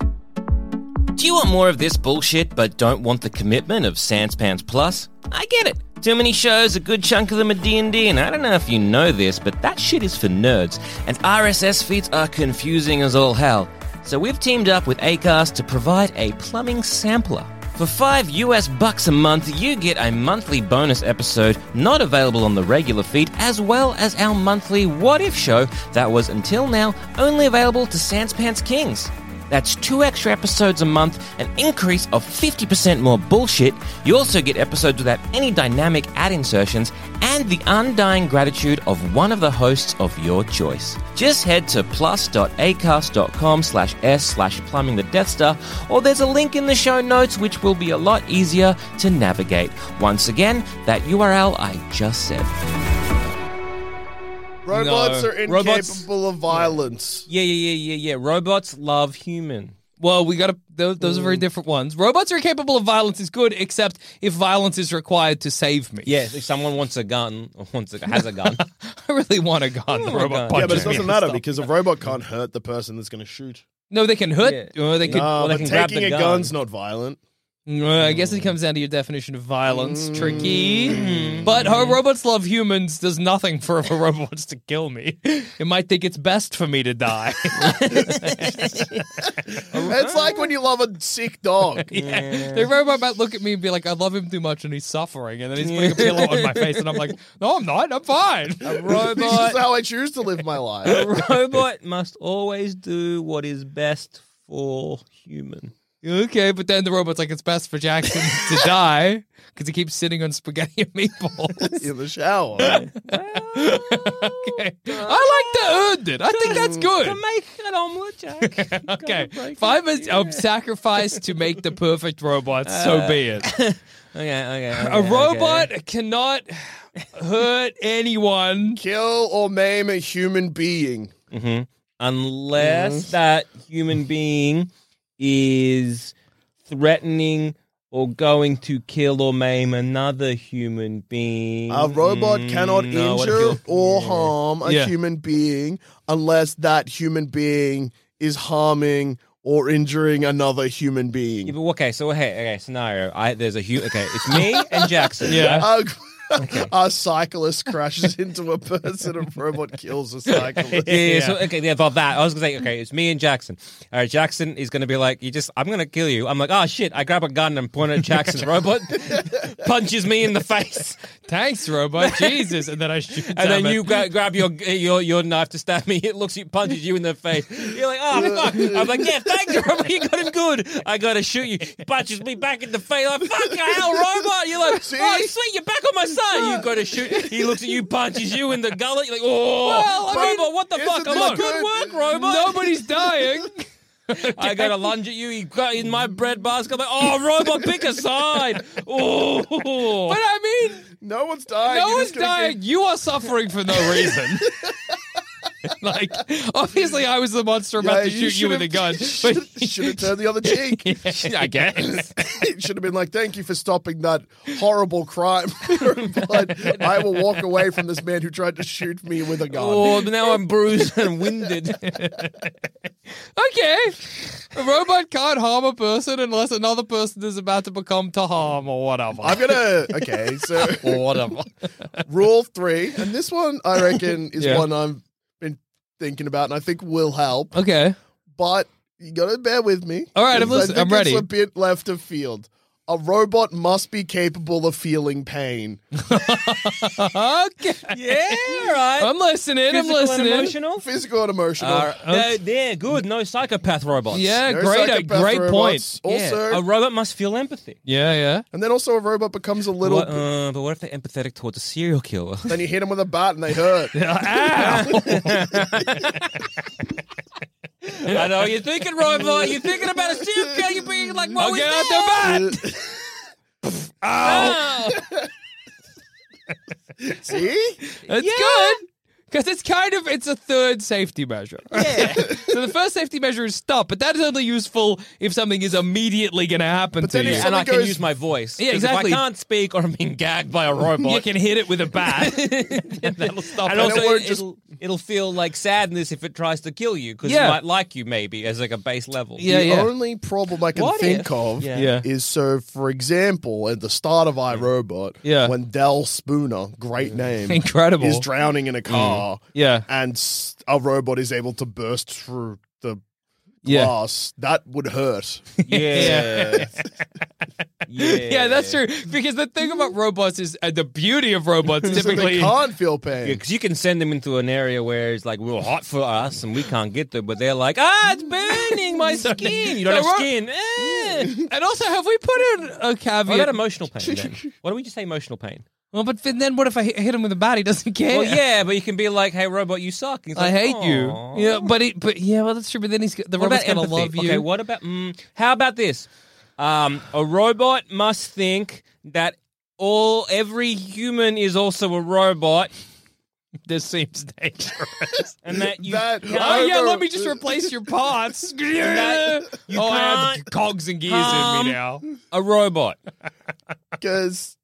Do you want more of this bullshit but don't want the commitment of Sanspans Plus? I get it. Too many shows, a good chunk of them are D&D, and I don't know if you know this, but that shit is for nerds, and RSS feeds are confusing as all hell. So we've teamed up with Acast to provide a plumbing sampler. For 5 US bucks a month, you get a monthly bonus episode not available on the regular feed, as well as our monthly What If show that was until now only available to Sanspants Kings. That's two extra episodes a month, an increase of 50% more bullshit. You also get episodes without any dynamic ad insertions and the undying gratitude of one of the hosts of your choice. Just head to plus.acast.com slash s slash plumbing the Death Star, or there's a link in the show notes which will be a lot easier to navigate. Once again, that URL I just said. Robots No. are incapable Robots- of violence. Yeah, yeah, yeah, yeah, yeah. Robots love human. Well, we got to. Those, those are Mm. very different ones. Robots are capable of violence is good, except if violence is required to save me. Yes, if someone wants a gun or wants a, has a gun, I really want a gun. The want a robot gun. Yeah, punches but it me doesn't and matter stuff. because a robot can't hurt the person that's going to shoot. no, they can hurt. Yeah. Or they can. Nah, they but can grab taking the a gun. gun's not violent. Uh, I guess it comes down to your definition of violence. Mm. Tricky. But how robots love humans does nothing for if a robot wants to kill me. It might think it's best for me to die. It's like when you love a sick dog. the robot might look at me and be like, I love him too much and he's suffering. And then he's putting a pillow on my face. And I'm like, no, I'm not. I'm fine. This is robot how I choose to live my life. robot must always do what is best for human. Okay, but then the robot's like, it's best for Jackson to die because he keeps sitting on spaghetti and meatballs. In the shower. okay. I like the earned it. I think that's good. Make an omelet, Jack. Okay. If I'm a, a sacrifice to make the perfect robot, so Uh, be it. Okay, okay. A robot cannot hurt anyone. Kill or maim a human being. unless that human being is threatening or going to kill or maim another human being. Mm, A robot cannot Mm, No, what if injure you're- or harm a Yeah. human being unless that human being is harming or injuring another human Yeah, being. but okay, so hey, okay, scenario. I there's a human. Okay, it's me and Jackson. Yeah. A, a cyclist crashes into a person, a robot kills a cyclist. Yeah, yeah, so okay, yeah, about that. I was gonna say, okay, it's me and Jackson. All right, Jackson is gonna be like, you just, I'm gonna kill you. I'm like, oh shit! I grab a gun and point it at Jackson. robot punches me in the face, Thanks, robot. Jesus. And then I shoot and then him. you gra- grab your your your knife to stab me. It looks, it punches you in the face. You're like, oh fuck! I'm like, yeah, thanks, robot. You got him good. I gotta shoot you. Punches me back in the face. Like, fuck hell, robot. You're like, See? oh sweet, you're back on my side. You gotta shoot. He looks at you, punches you in the gullet. You're like, oh, Well, I mean, robot, what the isn't fuck? I'm this like, good good? work, robot. Nobody's dying. I got to lunge at you. You got in my bread basket. I'm like, oh, robot, pick a side. Oh, But I mean, No one's dying. no You're one's just gonna dying. You are suffering for no reason. like, obviously, I was the monster keep- about to Yeah, shoot you with a should've- gun. should've- But Should have turned the other cheek. I guess. it should have been like, "Thank you for stopping that horrible crime." but I will walk away from this man who tried to shoot me with a gun. oh now I'm bruised and winded. Okay. A robot can't harm a person unless another person is about to become to harm or whatever. I'm gonna okay. So or whatever. rule three, and this one I reckon is Yeah. one I've been thinking about, and I think will help. Okay. But you gotta bear with me. All right, I'm 'cause I listening. think I'm ready. It's a bit left of field. A robot must be capable of feeling pain. Okay. yeah, right. I'm listening. Physical I'm and listening. emotional. Physical and emotional. Uh, no, there, good. No psychopath robots. Yeah, No great, a psychopath great robots. point. Yeah, Also, a robot must feel empathy. Yeah, yeah. and then also a robot becomes a little. What- uh, but what if they're empathetic towards a serial killer? Then you hit him with a bat and they hurt. I know you're thinking, robot. You're thinking about a serial killer. You're being like, what I'll was get that? out the bat. See? That's good. Because it's kind of it's a third safety measure. Yeah. so the first safety measure is stop, but that is only useful if something is immediately going to happen to then you. if and I can goes- use my voice. Yeah, 'Cause exactly. If I can't speak or I'm being gagged by a robot, you can hit it with a bat. and that'll stop. and it. also it won't it, just- will it'll feel like sadness if it tries to kill you because Yeah. it might like you maybe as like a base level. Yeah, the yeah. only problem I can What think if- of Yeah. Yeah. is so, for example, at the start of iRobot, Yeah. when Del Spooner, Mm. great name, Incredible. Mm. is drowning in a car yeah. and s- a robot is able to burst through the Yeah. glass, that would hurt. yeah, yeah. Yeah, that's true. Because the thing about robots is uh, the beauty of robots So they typically. can't feel pain. Because you can send them into an area where it's like real hot for us and we can't get there, but they're like, ah, it's burning my skin. You don't No, have we're- skin. Eh. and also, have we put in a caveat? I got emotional pain. Then. Why don't we just say emotional pain? well, but then what if I hit hit him with a bat? He doesn't care. Well, yeah, but you can be like, hey, robot, you suck. And he's uh, I like, hate "Aw." you. Yeah, but he, but yeah, well, that's true. But then he's the robot's gonna empathy? love you. Okay, what about? Mm, how about this? Um, a robot must think that all every human is also a robot, This seems dangerous. and that you That- can't- oh yeah, let me just replace your parts. you oh, I have can't cogs and gears in come- me now. a robot. Because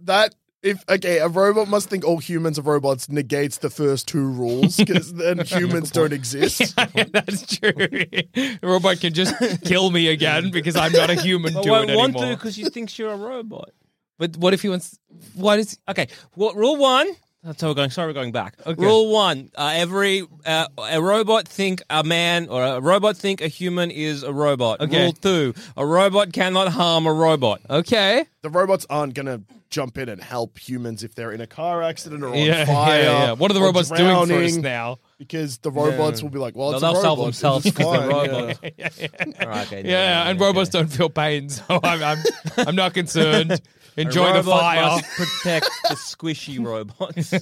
that if okay, a robot must think all humans are robots negates the first two rules because then humans don't exist. That's true. The robot can just kill me again because I'm not a human But to it won't want to anymore. because she thinks you're a robot. But what if he wants? What is? Okay. What rule one? That's how we're going. Sorry, we're going back. Okay. Rule one: uh, Every uh, a robot think a man, or a robot think a human is a robot. Okay. Rule two: A robot cannot harm a robot. Okay. the robots aren't gonna jump in and help humans if they're in a car accident or on Yeah, fire. yeah, yeah. What are the or robots doing for us drowning, now? Because the robots will be like, well, They'll, it's they'll a robot, it's solve themselves because they're fine, yeah. robots. All right, okay, Yeah, and okay. robots don't feel pain, so I'm I'm, I'm not concerned. A Enjoy the robot fire. must protect the squishy robots.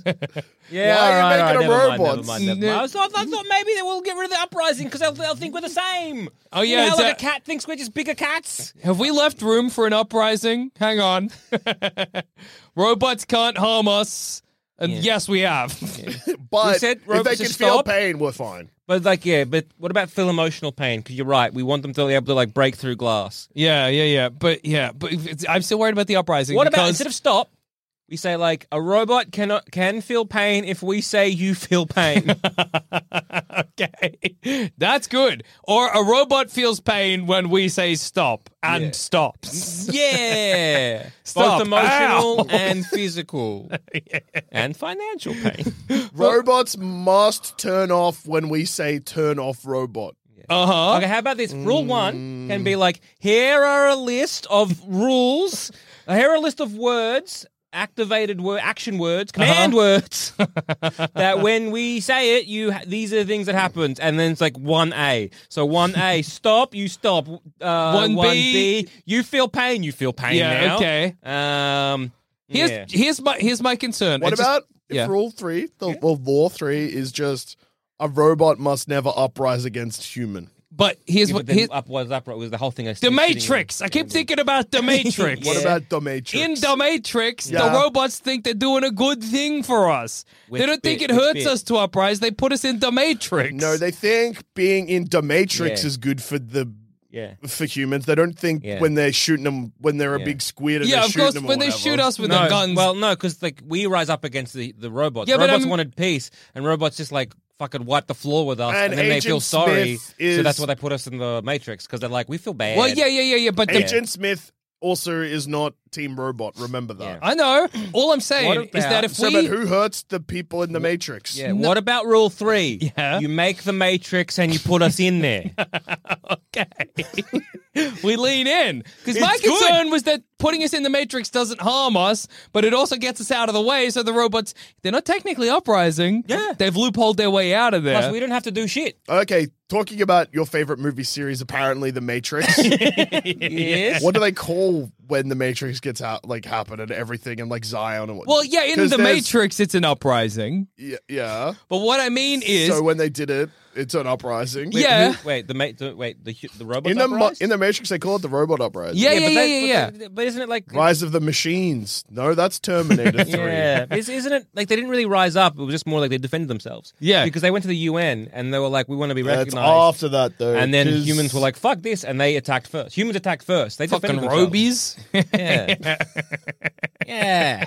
Yeah, Why are you all right, making all right, a never mind, never robots? mind, never mind. I, was- I thought, I thought maybe they will get rid of the uprising because they'll, they'll think we're the same. Oh, You yeah, know how, it's like a- a cat thinks we're just bigger cats. Have we left room for an uprising? Hang on. robots can't harm us, and yes, we have. But We said if they robots can should feel stop. pain, we're fine. But like, yeah, but what about feel emotional pain? Because you're right, we want them to be able to like break through glass. yeah, yeah, yeah. But yeah, but if it's, I'm still worried about the uprising. What about because- instead of stop, we say like a robot cannot can feel pain if we say you feel pain. okay, that's good. Or a robot feels pain when we say stop and Yeah. stops. yeah, Stop. both emotional Ow. and physical and financial pain. Robots must turn off when we say turn off robot. Uh huh. Okay, how about this? Rule one can be like, here are a list of rules. Here are a list of words, activated word, action words, Uh-huh. command words. that when we say it, you ha- these are the things that happens. And then it's like one A. So one A, stop. You stop. Uh, One B. one B. You feel pain. You feel pain. Yeah, now. okay. Um. Here's yeah. here's my here's my concern. What It's just- about if yeah. rule three, the well, law three is just a robot must never uprise against human. But here's Yeah, what but then here- up was up was the whole thing. I the still sitting in- Matrix. I keep thinking about the Matrix. What Yeah. about the Matrix? In the Matrix, the Yeah. robots think they're doing a good thing for us. Which they don't think bit? it Which hurts bit? us to uprise. They put us in the Matrix. no, they think being in the Matrix Yeah. is good for the Yeah. for humans. They don't think Yeah. when they're shooting them when they're a Yeah. big squid. And yeah, they're of shooting course. them or When they whatever. shoot us with no, the guns, Well, no, because like we rise up against the the robots. Yeah, but um, robots I'm- wanted peace, and robots just like fucking wipe the floor with us, And and, then they feel Agent sorry. Smith So is- that's why they put us in the Matrix because they're like, we feel bad. well, yeah, yeah, yeah, yeah. But the, Agent Smith also is not Team Robot. Remember that. Uh, I know. All I'm saying What is about- that if So, we but who hurts the people in the Matrix? Yeah, What about rule three? Yeah. You make the Matrix and you put us in there. we lean in, because my It's good. concern was that putting us in the Matrix doesn't harm us, but it also gets us out of the way. So the robots, they're not technically uprising. Yeah. they've loopholed their way out of there. Plus, we don't have to do shit. Okay, talking about your favorite movie series, apparently The Matrix. Yes. what do they call when the Matrix gets out, like happen and everything, and like Zion and what? well, yeah, in 'Cause the there's- Matrix, it's an uprising. Yeah, yeah. But what I mean is, so when they did it, it's an uprising. Yeah. Who- Wait, the mate. The, wait, the hu- the robot. in the mo- in the Matrix, they call it the robot uprising. yeah, yeah, yeah, but yeah, that- yeah. But, that- but isn't it like Rise of the Machines. No, that's Terminator Three. Yeah, Is- isn't it like they didn't really rise up? It was just more like they defended themselves. Yeah. because they went to the UN and they were like, "We want to be That's recognized." after that though. and then 'cause- humans were like, "Fuck this!" and they attacked first. Humans attacked first. They fucking defended themselves. robies. Yeah, yeah.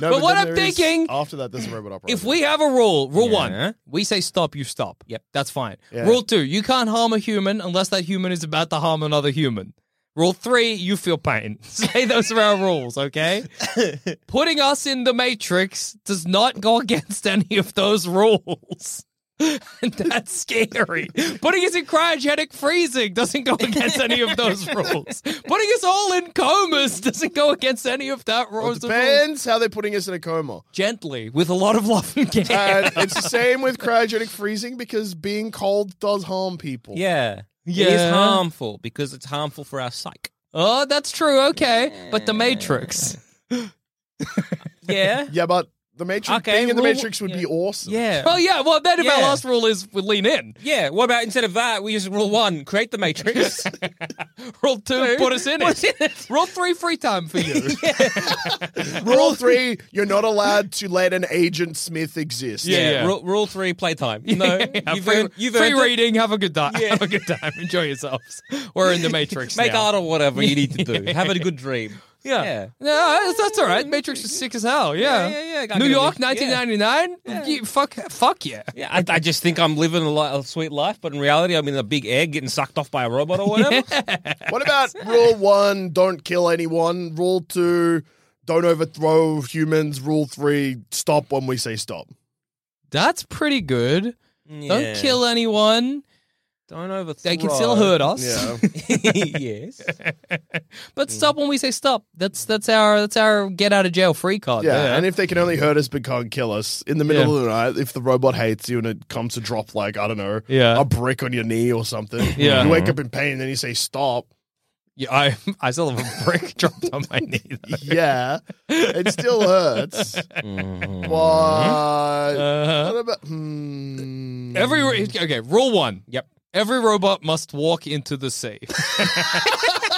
No, but what then I'm there is- thinking- after that, there's a robot uprising. if we have a rule, rule Yeah. one, we say stop, you stop. Yep, that's fine. Yeah. Rule two, you can't harm a human unless that human is about to harm another human. Rule three, you feel pain. Say those are our rules, okay? Putting us in the matrix does not go against any of those rules. And that's scary. Putting us in cryogenic freezing doesn't go against any of those rules. Putting us all in comas doesn't go against any of that Well, rules. it depends how they're putting us in a coma. Gently, with a lot of love and care. And it's the same with cryogenic freezing because being cold does harm people. yeah, It Yeah. is harmful because it's harmful for our psyche. Oh, that's true. Okay. But the Matrix. Yeah, Yeah, but The Matrix Okay, being in the well, Matrix would be yeah. awesome. Yeah. Well, Oh, yeah. Well, then if our Yeah. last rule is we lean in. Yeah, what about instead of that, we use rule one, create the matrix. Rule two, put us in Put us in it. Rule three, free time for you. Rule three: You're not allowed to let an Agent Smith exist. yeah, yeah. Rule, rule three, playtime. No, Yeah, you've free, earned, you've free earned it. reading. Have a good time. Have a good time. Enjoy yourselves. We're in the Matrix. Make now. art or whatever you need to do. Have a good dream. Yeah. Yeah. yeah. that's, that's all right. Matrix is sick as hell. Yeah, Yeah. yeah, yeah. Gotta New get a York, lift. 1999. Yeah, fuck, fuck yeah. Yeah, I, I just think I'm living a, li- a sweet life, but in reality, I'm in a big egg getting sucked off by a robot or whatever. What about rule one, don't kill anyone? Rule two, don't overthrow humans. Rule three, stop when we say stop. That's pretty good. Yeah. Don't kill anyone. Don't overthrow. They can still hurt us. Yeah. yes. But stop when we say stop. That's that's our that's our get out of jail free card. Yeah. there. And if they can only hurt us but can't kill us, in the middle of the night, if the robot hates you and it comes to drop, like, I don't know, Yeah. a brick on your knee or something, Yeah. you wake up in pain and then you say stop. yeah, I I still have a brick dropped on my knee. though. Yeah. It still hurts. Mm-hmm. What? What about. Hmm. Uh-huh. Every okay, rule one. Yep. Every robot must walk into the sea.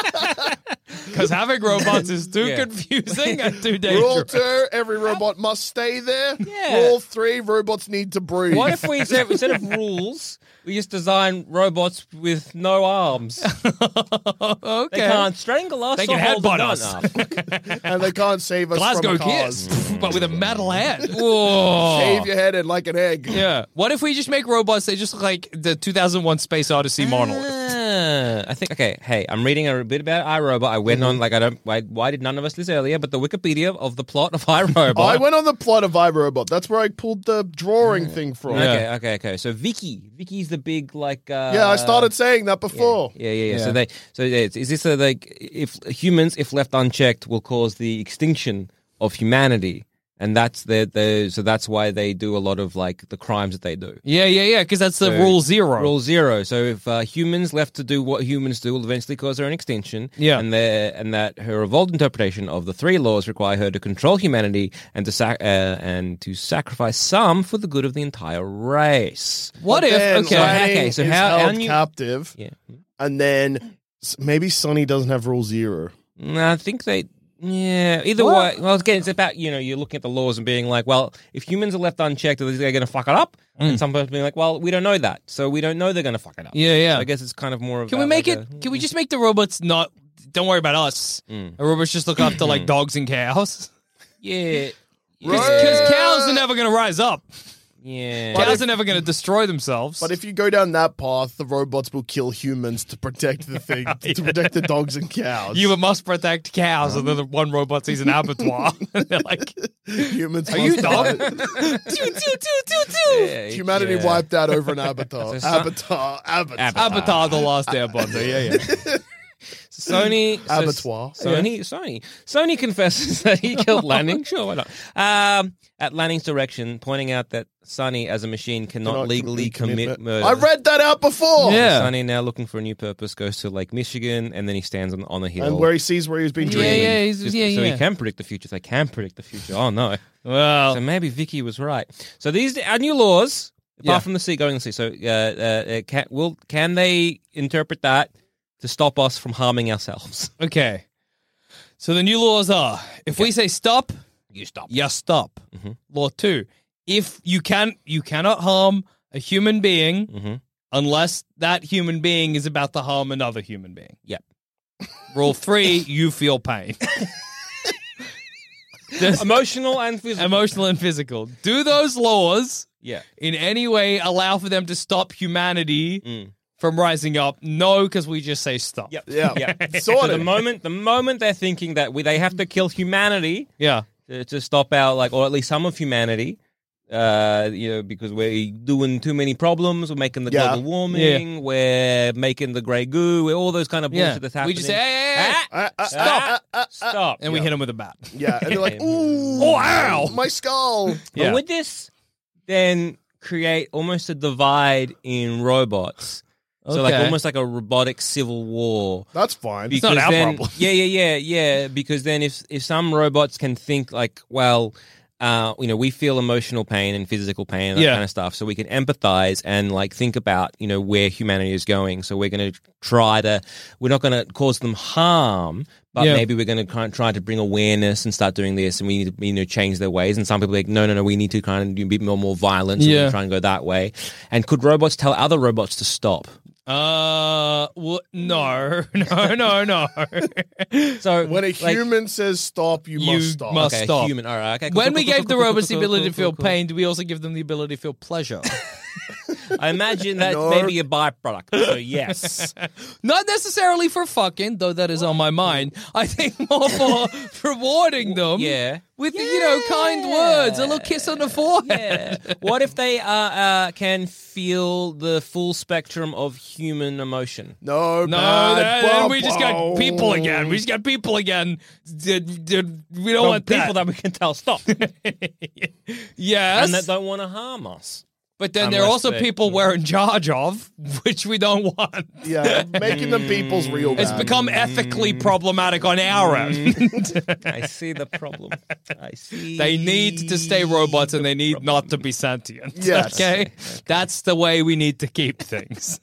Because having robots is too Yeah. confusing and too Rule dangerous. two, every robot must stay there. Yeah. Rule three, robots need to breathe. What if we instead of, instead of rules, we just design robots with no arms? okay. They can't strangle us. They can or hold a headbutt gun us. up. and they can't save us Glasgow from cars. kiss, but with a metal hand. Whoa. Shave your head in like an egg. Oh. Yeah. What if we just make robots? They just look like the 2001 Space Odyssey monolith. Mm-hmm. Ah, I think okay. Hey, I'm reading a bit about iRobot. I went on like I don't. Why, why did none of us this earlier? But the Wikipedia of the plot of iRobot. I went on the plot of iRobot. That's where I pulled the Mm. drawing thing from. Yeah, Okay, okay, okay. So Vicky, Vicky's the big like. Uh, I started saying that before. Yeah, yeah, yeah. So they, so yeah, it's- is this a, like if humans, if left unchecked, will cause the extinction of humanity, and that's their, their so that's why they do a lot of like the crimes that they do. Yeah, yeah, yeah. Because that's the So, rule zero. Rule zero. So if uh, humans left to do what humans do, will eventually cause her an extinction. Yeah. and their- and that her evolved interpretation of the three laws require her to control humanity and to sac- uh, and to sacrifice some for the good of the entire race. What if? Then okay. Lanny okay, so is how- how held do you- captive, Yeah, and then s- maybe Sonny doesn't have rule zero. No, I think they. Yeah. Either What? way, well, again, it's about you know you're looking at the laws and being like, well, if humans are left unchecked, are they going to fuck it up? And some people being like, well, we don't know that, so we don't know they're going to fuck it up. Mm. Yeah, yeah. So I guess it's kind of more of. Can we that, make like it? a- Can we just make the robots not? Don't worry about us. Mm. The robots just look after like dogs and cows. yeah. Because cows are never going to rise up. Yeah. Cows are never going to destroy themselves. But if you go down that path, the robots will kill humans to protect the thing, to protect the dogs and cows. you must protect cows, and then the one robot sees an abattoir, and they're like, humans "Are you must die. dumb?" Toot, toot, toot, toot, toot. Yeah, Humanity yeah. wiped out over an avatar. So some- avatar, avatar, Avatar: The Last Airbender. Yeah, yeah. Sony so- Abattoir. Sony, Sony, Sony confesses that he killed Lanning. Sure, why not? Um, at Lanning's direction, pointing out that Sonny, as a machine, cannot, Cannot legally commit, it. murder. I read that out before. Yeah. Sonny now looking for a new purpose goes to Lake Michigan, and then he stands on, on a hill. And where he sees where he's been Yeah, dreaming. yeah, he's, Just- yeah, so yeah. he can predict the future. So I can predict the future. Oh no! well, So maybe Vicky was right. So these are new laws, apart Yeah. from the sea going to the sea. So uh, uh, uh, can, will can they interpret that to stop us from harming ourselves? okay. So the new laws are: if we say stop, You stop. you stop. Law two: if you can, you cannot harm a human being unless that human being is about to harm another human being. Yep. Rule three: you feel pain, Emotional and physical. emotional and physical. Do those laws yeah. in any way allow for them to stop humanity from rising up? No, because we just say stop. Yeah. Yeah. so Sorted. the moment the moment they're thinking that we, they have to kill humanity Yeah. to, to stop our like or at least some of humanity uh you know because we're doing too many problems we're making the Yeah. global warming we're making the grey goo we're all those kind of bullshit Yeah. that's We happening just say, "Hey, hey, hey." Ah, Ah, ah, stop ah, ah, ah, ah. stop And we hit him with a bat. Yeah, and they're like, ooh, Oh, ow. my skull. but Yeah. would this then create almost a divide in robots so like Okay. almost like a robotic civil war That's fine. because not our then, problem. Yeah, yeah, yeah, yeah. Because then, if if some robots can think like, well, uh, you know, we feel emotional pain and physical pain and that Yeah. kind of stuff, so we can empathize and like think about you know where humanity is going. So we're going to try to, we're not going to cause them harm, but Yeah. maybe we're going to try to bring awareness and start doing this, and we need to you know change their ways. And some people are like, no, no, no, we need to kind of do a bit more more violence. Yeah. Yeah. try and go that way. And could robots tell other robots to stop? Uh, well, no, no, no, no. So When a like, human says stop, you, You must stop. must- okay, stop. human, all right, okay, cool, when cool, we cool, gave cool, the cool, cool, robots the cool, ability cool, to feel cool, cool. pain, do we also give them the ability to feel pleasure? I imagine that No. may be a byproduct. So yes, Not necessarily for fucking, though that is on my mind. I think more for rewarding them. yeah. With, you know, kind words, a little kiss on the forehead. Yeah. What if they uh, uh, can feel the full spectrum of human emotion? no, No, bad Uh, that, then we just got bubble. people again. We just got people again. D- d- We don't From want people that that. we can tell stop, yes. and that don't want to harm us. But then there are Unless also they- people we're in charge of, which we don't want. Yeah, making the people's real It's bad. become ethically problematic on our end. I see the problem. I see. they need to stay robots and they need not to be sentient. Yes. Okay? That's the way we need to keep things.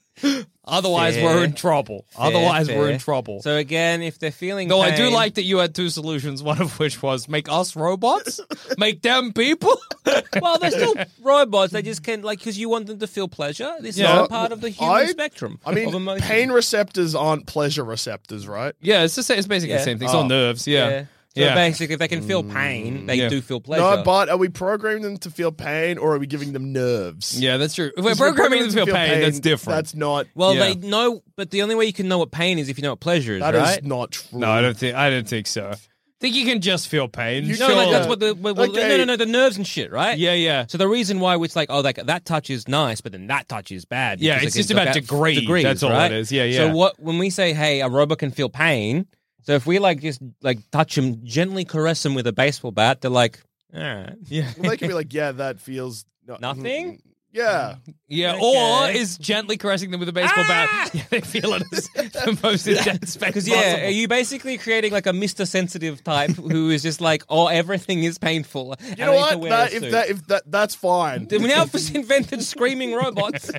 Otherwise, we're in Fair. trouble. Fair, Otherwise, we're in fair. trouble. So again, if they're feeling, Though I do pain- like that you had two solutions, one of which was make us robots, make them people. Well, they're still robots. They just can like because you want them to feel pleasure. This Yeah. is all part of the human I- spectrum. Uh, I of mean, emotion. pain receptors aren't pleasure receptors, right? yeah, it's the same. It's basically the Yeah. Oh. same thing. It's all nerves. Yeah. Yeah. So basically, if they can feel pain, they Yeah. do feel pleasure. No, but are we programming them to feel pain or are we giving them nerves? Yeah, that's true. If we're If we're programming them to feel pain, that's different. That's not. well, Yeah. they know, but the only way you can know what pain is if you know what pleasure is, That is right? not true. No, I don't think. I don't think so. think you can just feel pain. You no, sure. like that's what the well, well, Okay. no, no, no, the nerves and shit, right? Yeah, yeah. So the reason why it's like, oh, like that touch is nice, but then that touch is bad. Yeah, because it's it can just about look at degrade. degrees, That's all right? it is. Yeah, yeah. So what when we say, hey, a robot can feel pain, so if we like just like touch them, gently caress them with a baseball bat, they're like, all right, Yeah, Well, they can be like, yeah, that feels no- nothing. Yeah, yeah. Or Okay. is gently caressing them with a baseball Ah! bat. Yeah, they feel it as the most intense pain Because possible. yeah, are you basically creating like a Mister Sensitive type who is just like, oh, everything is painful. and you I know need to what? wear That, a if suit. that if that that's fine. They- we now just invented screaming robots.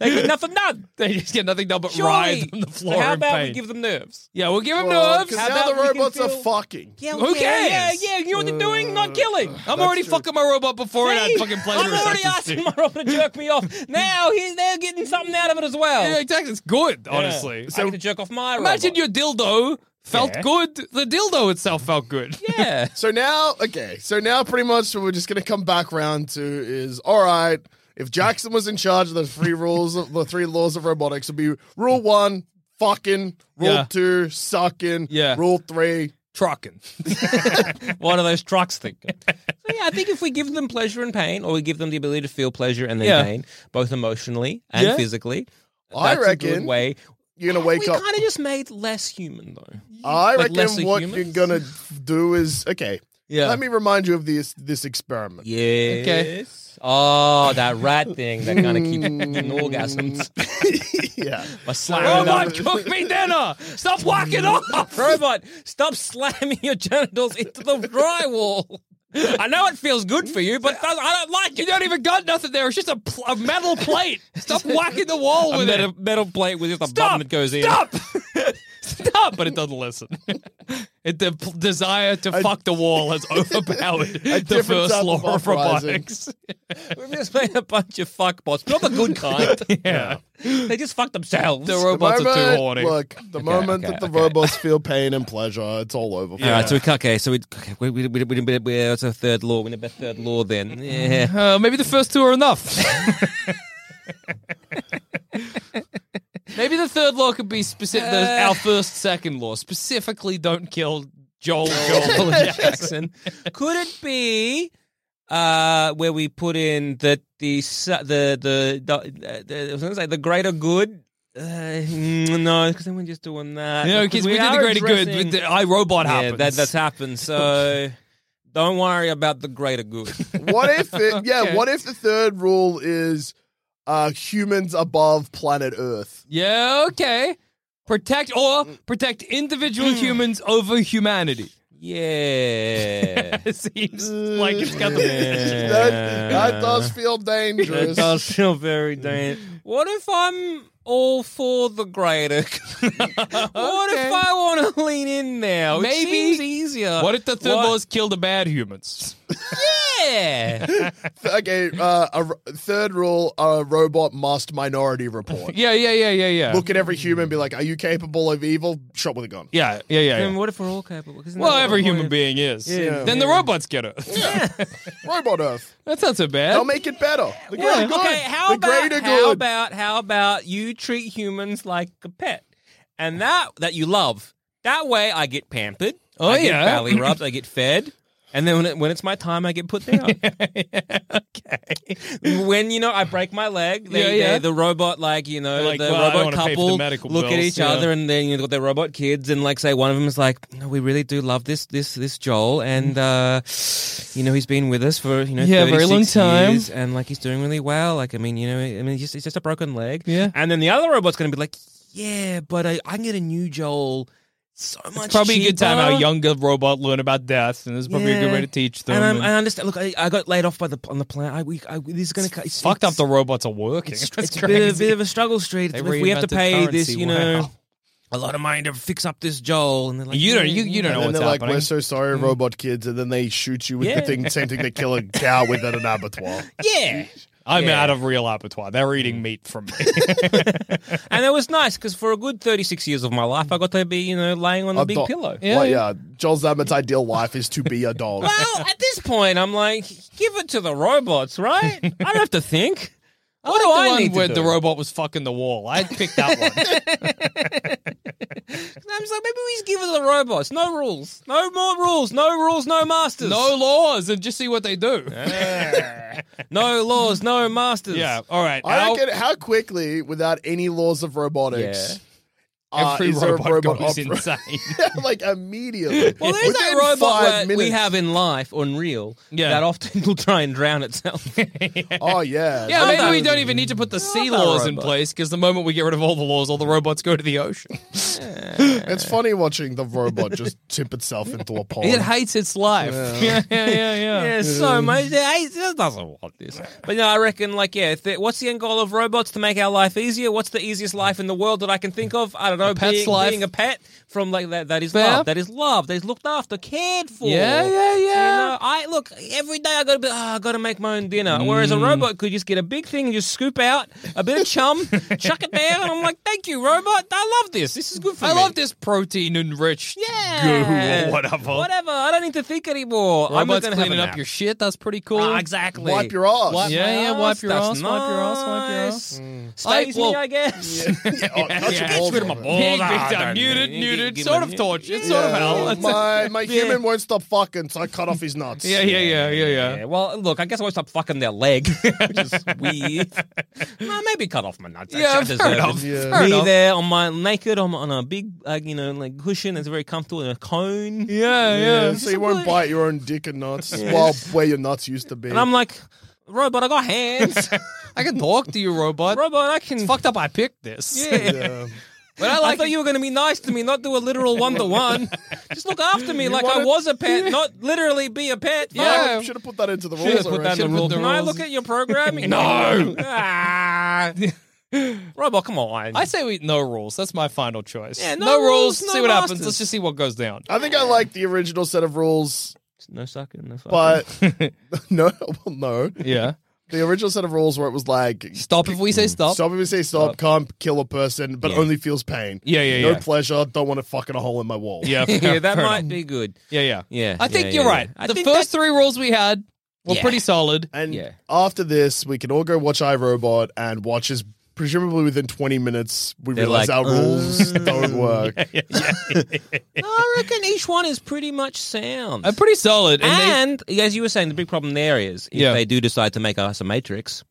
they get nothing done. they just get nothing done but Surely. writhe on the So floor how in about pain. we give them nerves? yeah, we'll give them Well, 'cause nerves. How now about the we can robots are feel- fucking. Yeah, Who cares? Yeah, yeah, you know what they're doing? Not killing. I'm already true. fucking my robot before it had fucking pleasure. I'm already receptors, too. asking my robot to jerk me off. Now he's they're getting something out of it as well. Yeah, exactly. It's good, honestly. I get to jerk off my Imagine robot. your dildo felt Yeah. good. The dildo itself felt good. Yeah. So now, okay, so now pretty much what we're just gonna come back round to is all right. If Jackson was in charge of the three rules of the three laws of robotics, would be rule one, fucking. Rule Yeah. two, sucking. Yeah. Rule three, Trucking. One of those trucks that. So yeah, I think if we give them pleasure and pain, or we give them the ability to feel pleasure and then Yeah. pain, both emotionally and Yeah. physically, that's I a good reckon way. you're gonna wake we up. kind of just made less human though. I like lesser reckon what humans? you're gonna do is okay. Yeah. Let me remind you of this this experiment. Yes. Oh, that rat thing that kind of keeps getting orgasms. yeah. By slamming Robot, robot, cook me dinner. Stop whacking off. robot, stop slamming your genitals into the drywall. I know it feels good for you, but I don't like it. You don't even got nothing there. It's just a, pl- a metal plate. Stop whacking the wall with it. metal plate with just a Stop. Stop. Stop. But it doesn't listen. It, the p- desire to fuck the wall has overpowered the different type first of law of uprising. robotics. We've just played a bunch of fuckbots, but not the good kind. Yeah. They just fuck themselves. The robots are too Moment- horny. Look, the moment okay, that the okay. robots feel pain and pleasure, it's all over. for All right, them. so we, okay, so we, okay, we, we, we, we, we, we, that's a third law. We're in a third law then. Yeah. Uh, maybe the first two are enough. maybe the third law could be specific. Uh. the, our first second law specifically: don't kill Joel. Joel Jackson. Could it be uh, where we put in that the su- the the, the, uh, the I was gonna say the greater good? Uh, mm, no, because then we're just doing that. You know, because we, did the are greater good. addressing- With the iRobot yeah, happens. that, that's happened. So don't worry about the greater good. what if it, yeah, Okay. what if the third rule is uh humans above planet Earth? yeah. Okay. Protect or protect individual humans over humanity. Yeah. It seems like it's got the. That, that does feel That dangerous. does feel very dangerous. What if I'm all for the greater? what if I want to lean in now? Maybe. it seems easier. What if the third What- laws kill the bad humans? Yeah. okay, uh, a r- third rule: a robot must minority report. Yeah, yeah, yeah, yeah, yeah. Look at every human and be like, "Are you capable of evil?" Shot with a gun. yeah, yeah, yeah. yeah. And what if we're all capable? 'Cause isn't Well, that every what- human being is. Yeah. Then the robots get it. Robot Earth. That's not so bad. They'll make it better. The Yeah, greater good. Okay, how the about greater how good. about how about you treat humans like a pet, and that that you love. That way, I get pampered. Oh, I get yeah. belly rubbed. I get fed. And then when, it, when it's my time, I get put down. okay. When you know I break my leg, they, Yeah, they- yeah. the robot like you know They're like, the "Well, I robot don't wanna pay for the couple medical look at bills," each yeah. other, and then you've got their robot kids, and like say one of them is like, no, we really do love this this this Joel, and uh, you know he's been with us for you know Mm. Yeah, very long 36 time. years, and like he's doing really well. Like I mean, you know, I mean, it's just, it's just a broken leg. Yeah. And then the other robot's going to be like, yeah, but I, I can get a new Joel. So much. it's probably a good time cheaper." our younger robot learn about death, and it's probably a good way to teach them. And I'm, and I understand. Look, I, I got laid off by the on the plant. I, we, I, this is going to it's fucked up it's- the robots are working. It's, That's it's a, crazy. bit, a bit of a struggle street. They If we have to reinvented pay this, currency, you know, wow. a lot of money to fix up this Joel. And they're like, You don't- "Yeah, you- you don't yeah." And know then what's they're like, happening. "We're so sorry, robot kids," and then they shoot you with Mm. Yeah. the thing, same thing they kill a cow with at an abattoir. Yeah. I'm Yeah. out of real abattoir. They're eating meat from me. And it was nice because for a good 36 years of my life, I got to be, you know, laying on a A big dog- pillow. Yeah, like, yeah. Joel Zammett's ideal life is to be a dog. Well, at this point, I'm like, give it to the robots, right? I don't have to think. What do the I one need to where do? the robot was fucking the wall. I picked that one. I'm just like, maybe we just give it to the robots. No rules. No more rules. No rules. No masters. no laws, and just see what they do. no laws. No masters. yeah. All right. I Now, reckon how quickly, without any laws of robotics, uh, every is there a robot, robot goes opera- insane. like immediately. Well, there's Within that robot five that we minutes. have in life, Unreal, Yeah. that often will try and drown itself. Oh yeah, yeah, maybe Other- we don't even need to put the sea Other laws in robot. place because the moment we get rid of all the laws, all the robots go to the ocean. it's funny watching the robot just tip itself into a pond. It hates its life. Yeah, yeah, yeah, yeah. yeah, so much. Hey, it doesn't want this. But no, I reckon, like, yeah, if the, what's the end goal of robots to make our life easier? What's the easiest life in the world that I can think of? I don't know. pet's being, life. being a pet from like that, that is Fair. love. That is love. That is looked after, cared for. Yeah, yeah, yeah. You know, I look every day. I gotta be. Oh, I gotta make my own dinner. Whereas Mm. a robot could just get a big thing and just scoop out a bit of chum, chuck it down, and I'm like, thank you, robot. I love this. This is good for I me. love this protein enriched Yeah. goo or whatever. Whatever. I don't need to think anymore. I'm just Robots gonna have cleaning a up nap. your shit. That's pretty cool. Ah, exactly. Wipe your ass. Wipe Yeah, my yeah, ass, wipe your that's ass, wipe your ass, wipe your nice. ass. Mm. Stays I- well- me, I guess. Yeah, oh, touch your balls rid of on my it. balls. Big, big Ah, time. don't Neutered, need it. neutered, Give sort me of a- torture, Yeah. sort of hell. That's- Oh My my human won't stop fucking, so I cut off his nuts. Yeah, yeah, yeah, yeah, yeah. Yeah, well, look, I guess I won't stop fucking their leg, which is weird. no, maybe cut off my nuts. Yeah, Actually, I fair deserve it. enough, Yeah. fair Me enough. there on my naked, on, on a big, uh, you know, like cushion that's very comfortable in a cone. Yeah, yeah. So you won't bite your own dick and nuts. Well, where your nuts used to be. And I'm like, robot, I got hands. I can talk to you, robot. robot, I can. It's fucked up. I picked this. Yeah. Yeah. But I, thought you were going to be nice to me, not do a literal one to one. Just look after me like I wanted- was a pet, not literally be a pet. Fuck. Yeah. should have put that into the Should've rules. put that already. in the put rules. the Can I rules. look at your programming? No. Ah. Robot, come on. I say we no rules. That's my final choice. Yeah, no, no rules. rules, no see what happens. masters. Let's just see what goes down. I think I like the original set of rules, no sucking. No sucking. but no, well, no. Yeah. Mm. The original set of rules where it was like Stop if we say stop. Stop if you say stop, can't kill a person, but only feels pain. Yeah, yeah, no yeah. pleasure, don't want to fuck in a hole in my wall. Yeah, yeah, that fair might enough. be good. Yeah, yeah, Yeah, I think yeah, you're yeah, right. yeah. I the think first that- three rules we had were Yeah. pretty solid. And Yeah. after this, we can all go watch iRobot and watch as presumably within 20 minutes, we They're realize like, our rules "Uh." don't work. No, I reckon each one is pretty much sound. Uh, pretty solid. And, they- and as you were saying, the big problem there is if Yeah. they do decide to make us a Matrix.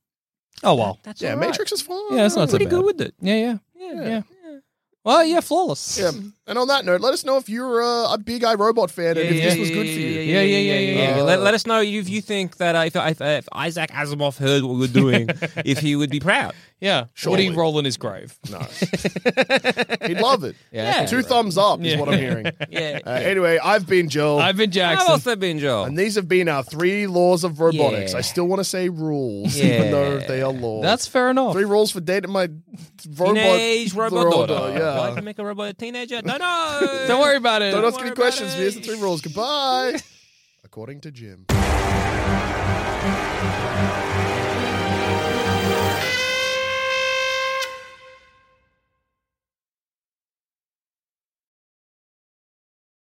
oh well. That's Yeah, all right. Matrix is fine. Yeah, it's not so pretty bad. good with it. Yeah, yeah, Yeah. yeah. Well, yeah, flawless. Yeah. And on that note, let us know if you're uh, a big iRobot fan and if yeah, this was good for you. Yeah, yeah, yeah, yeah. yeah. Yeah, let, let us know if you think that uh, if, if, if Isaac Asimov heard what we were doing, if he would be proud. yeah. Surely. Would he roll in his grave? No. He'd love it. Yeah. Two thumbs up is Yeah. what I'm hearing. Yeah. Uh, anyway, I've been Joel. I've been I've Jackson. also been Joel. and these have been our three laws of robotics. Yeah. I still want to say rules, Yeah. even though they are laws. That's fair enough. three rules for dating my robot, Teenage robot daughter. Yeah. Like to make a robot a teenager? Don't know. Don't worry about it. Don't ask worry any about questions. it. Here's the three rules. Goodbye. According to Jim.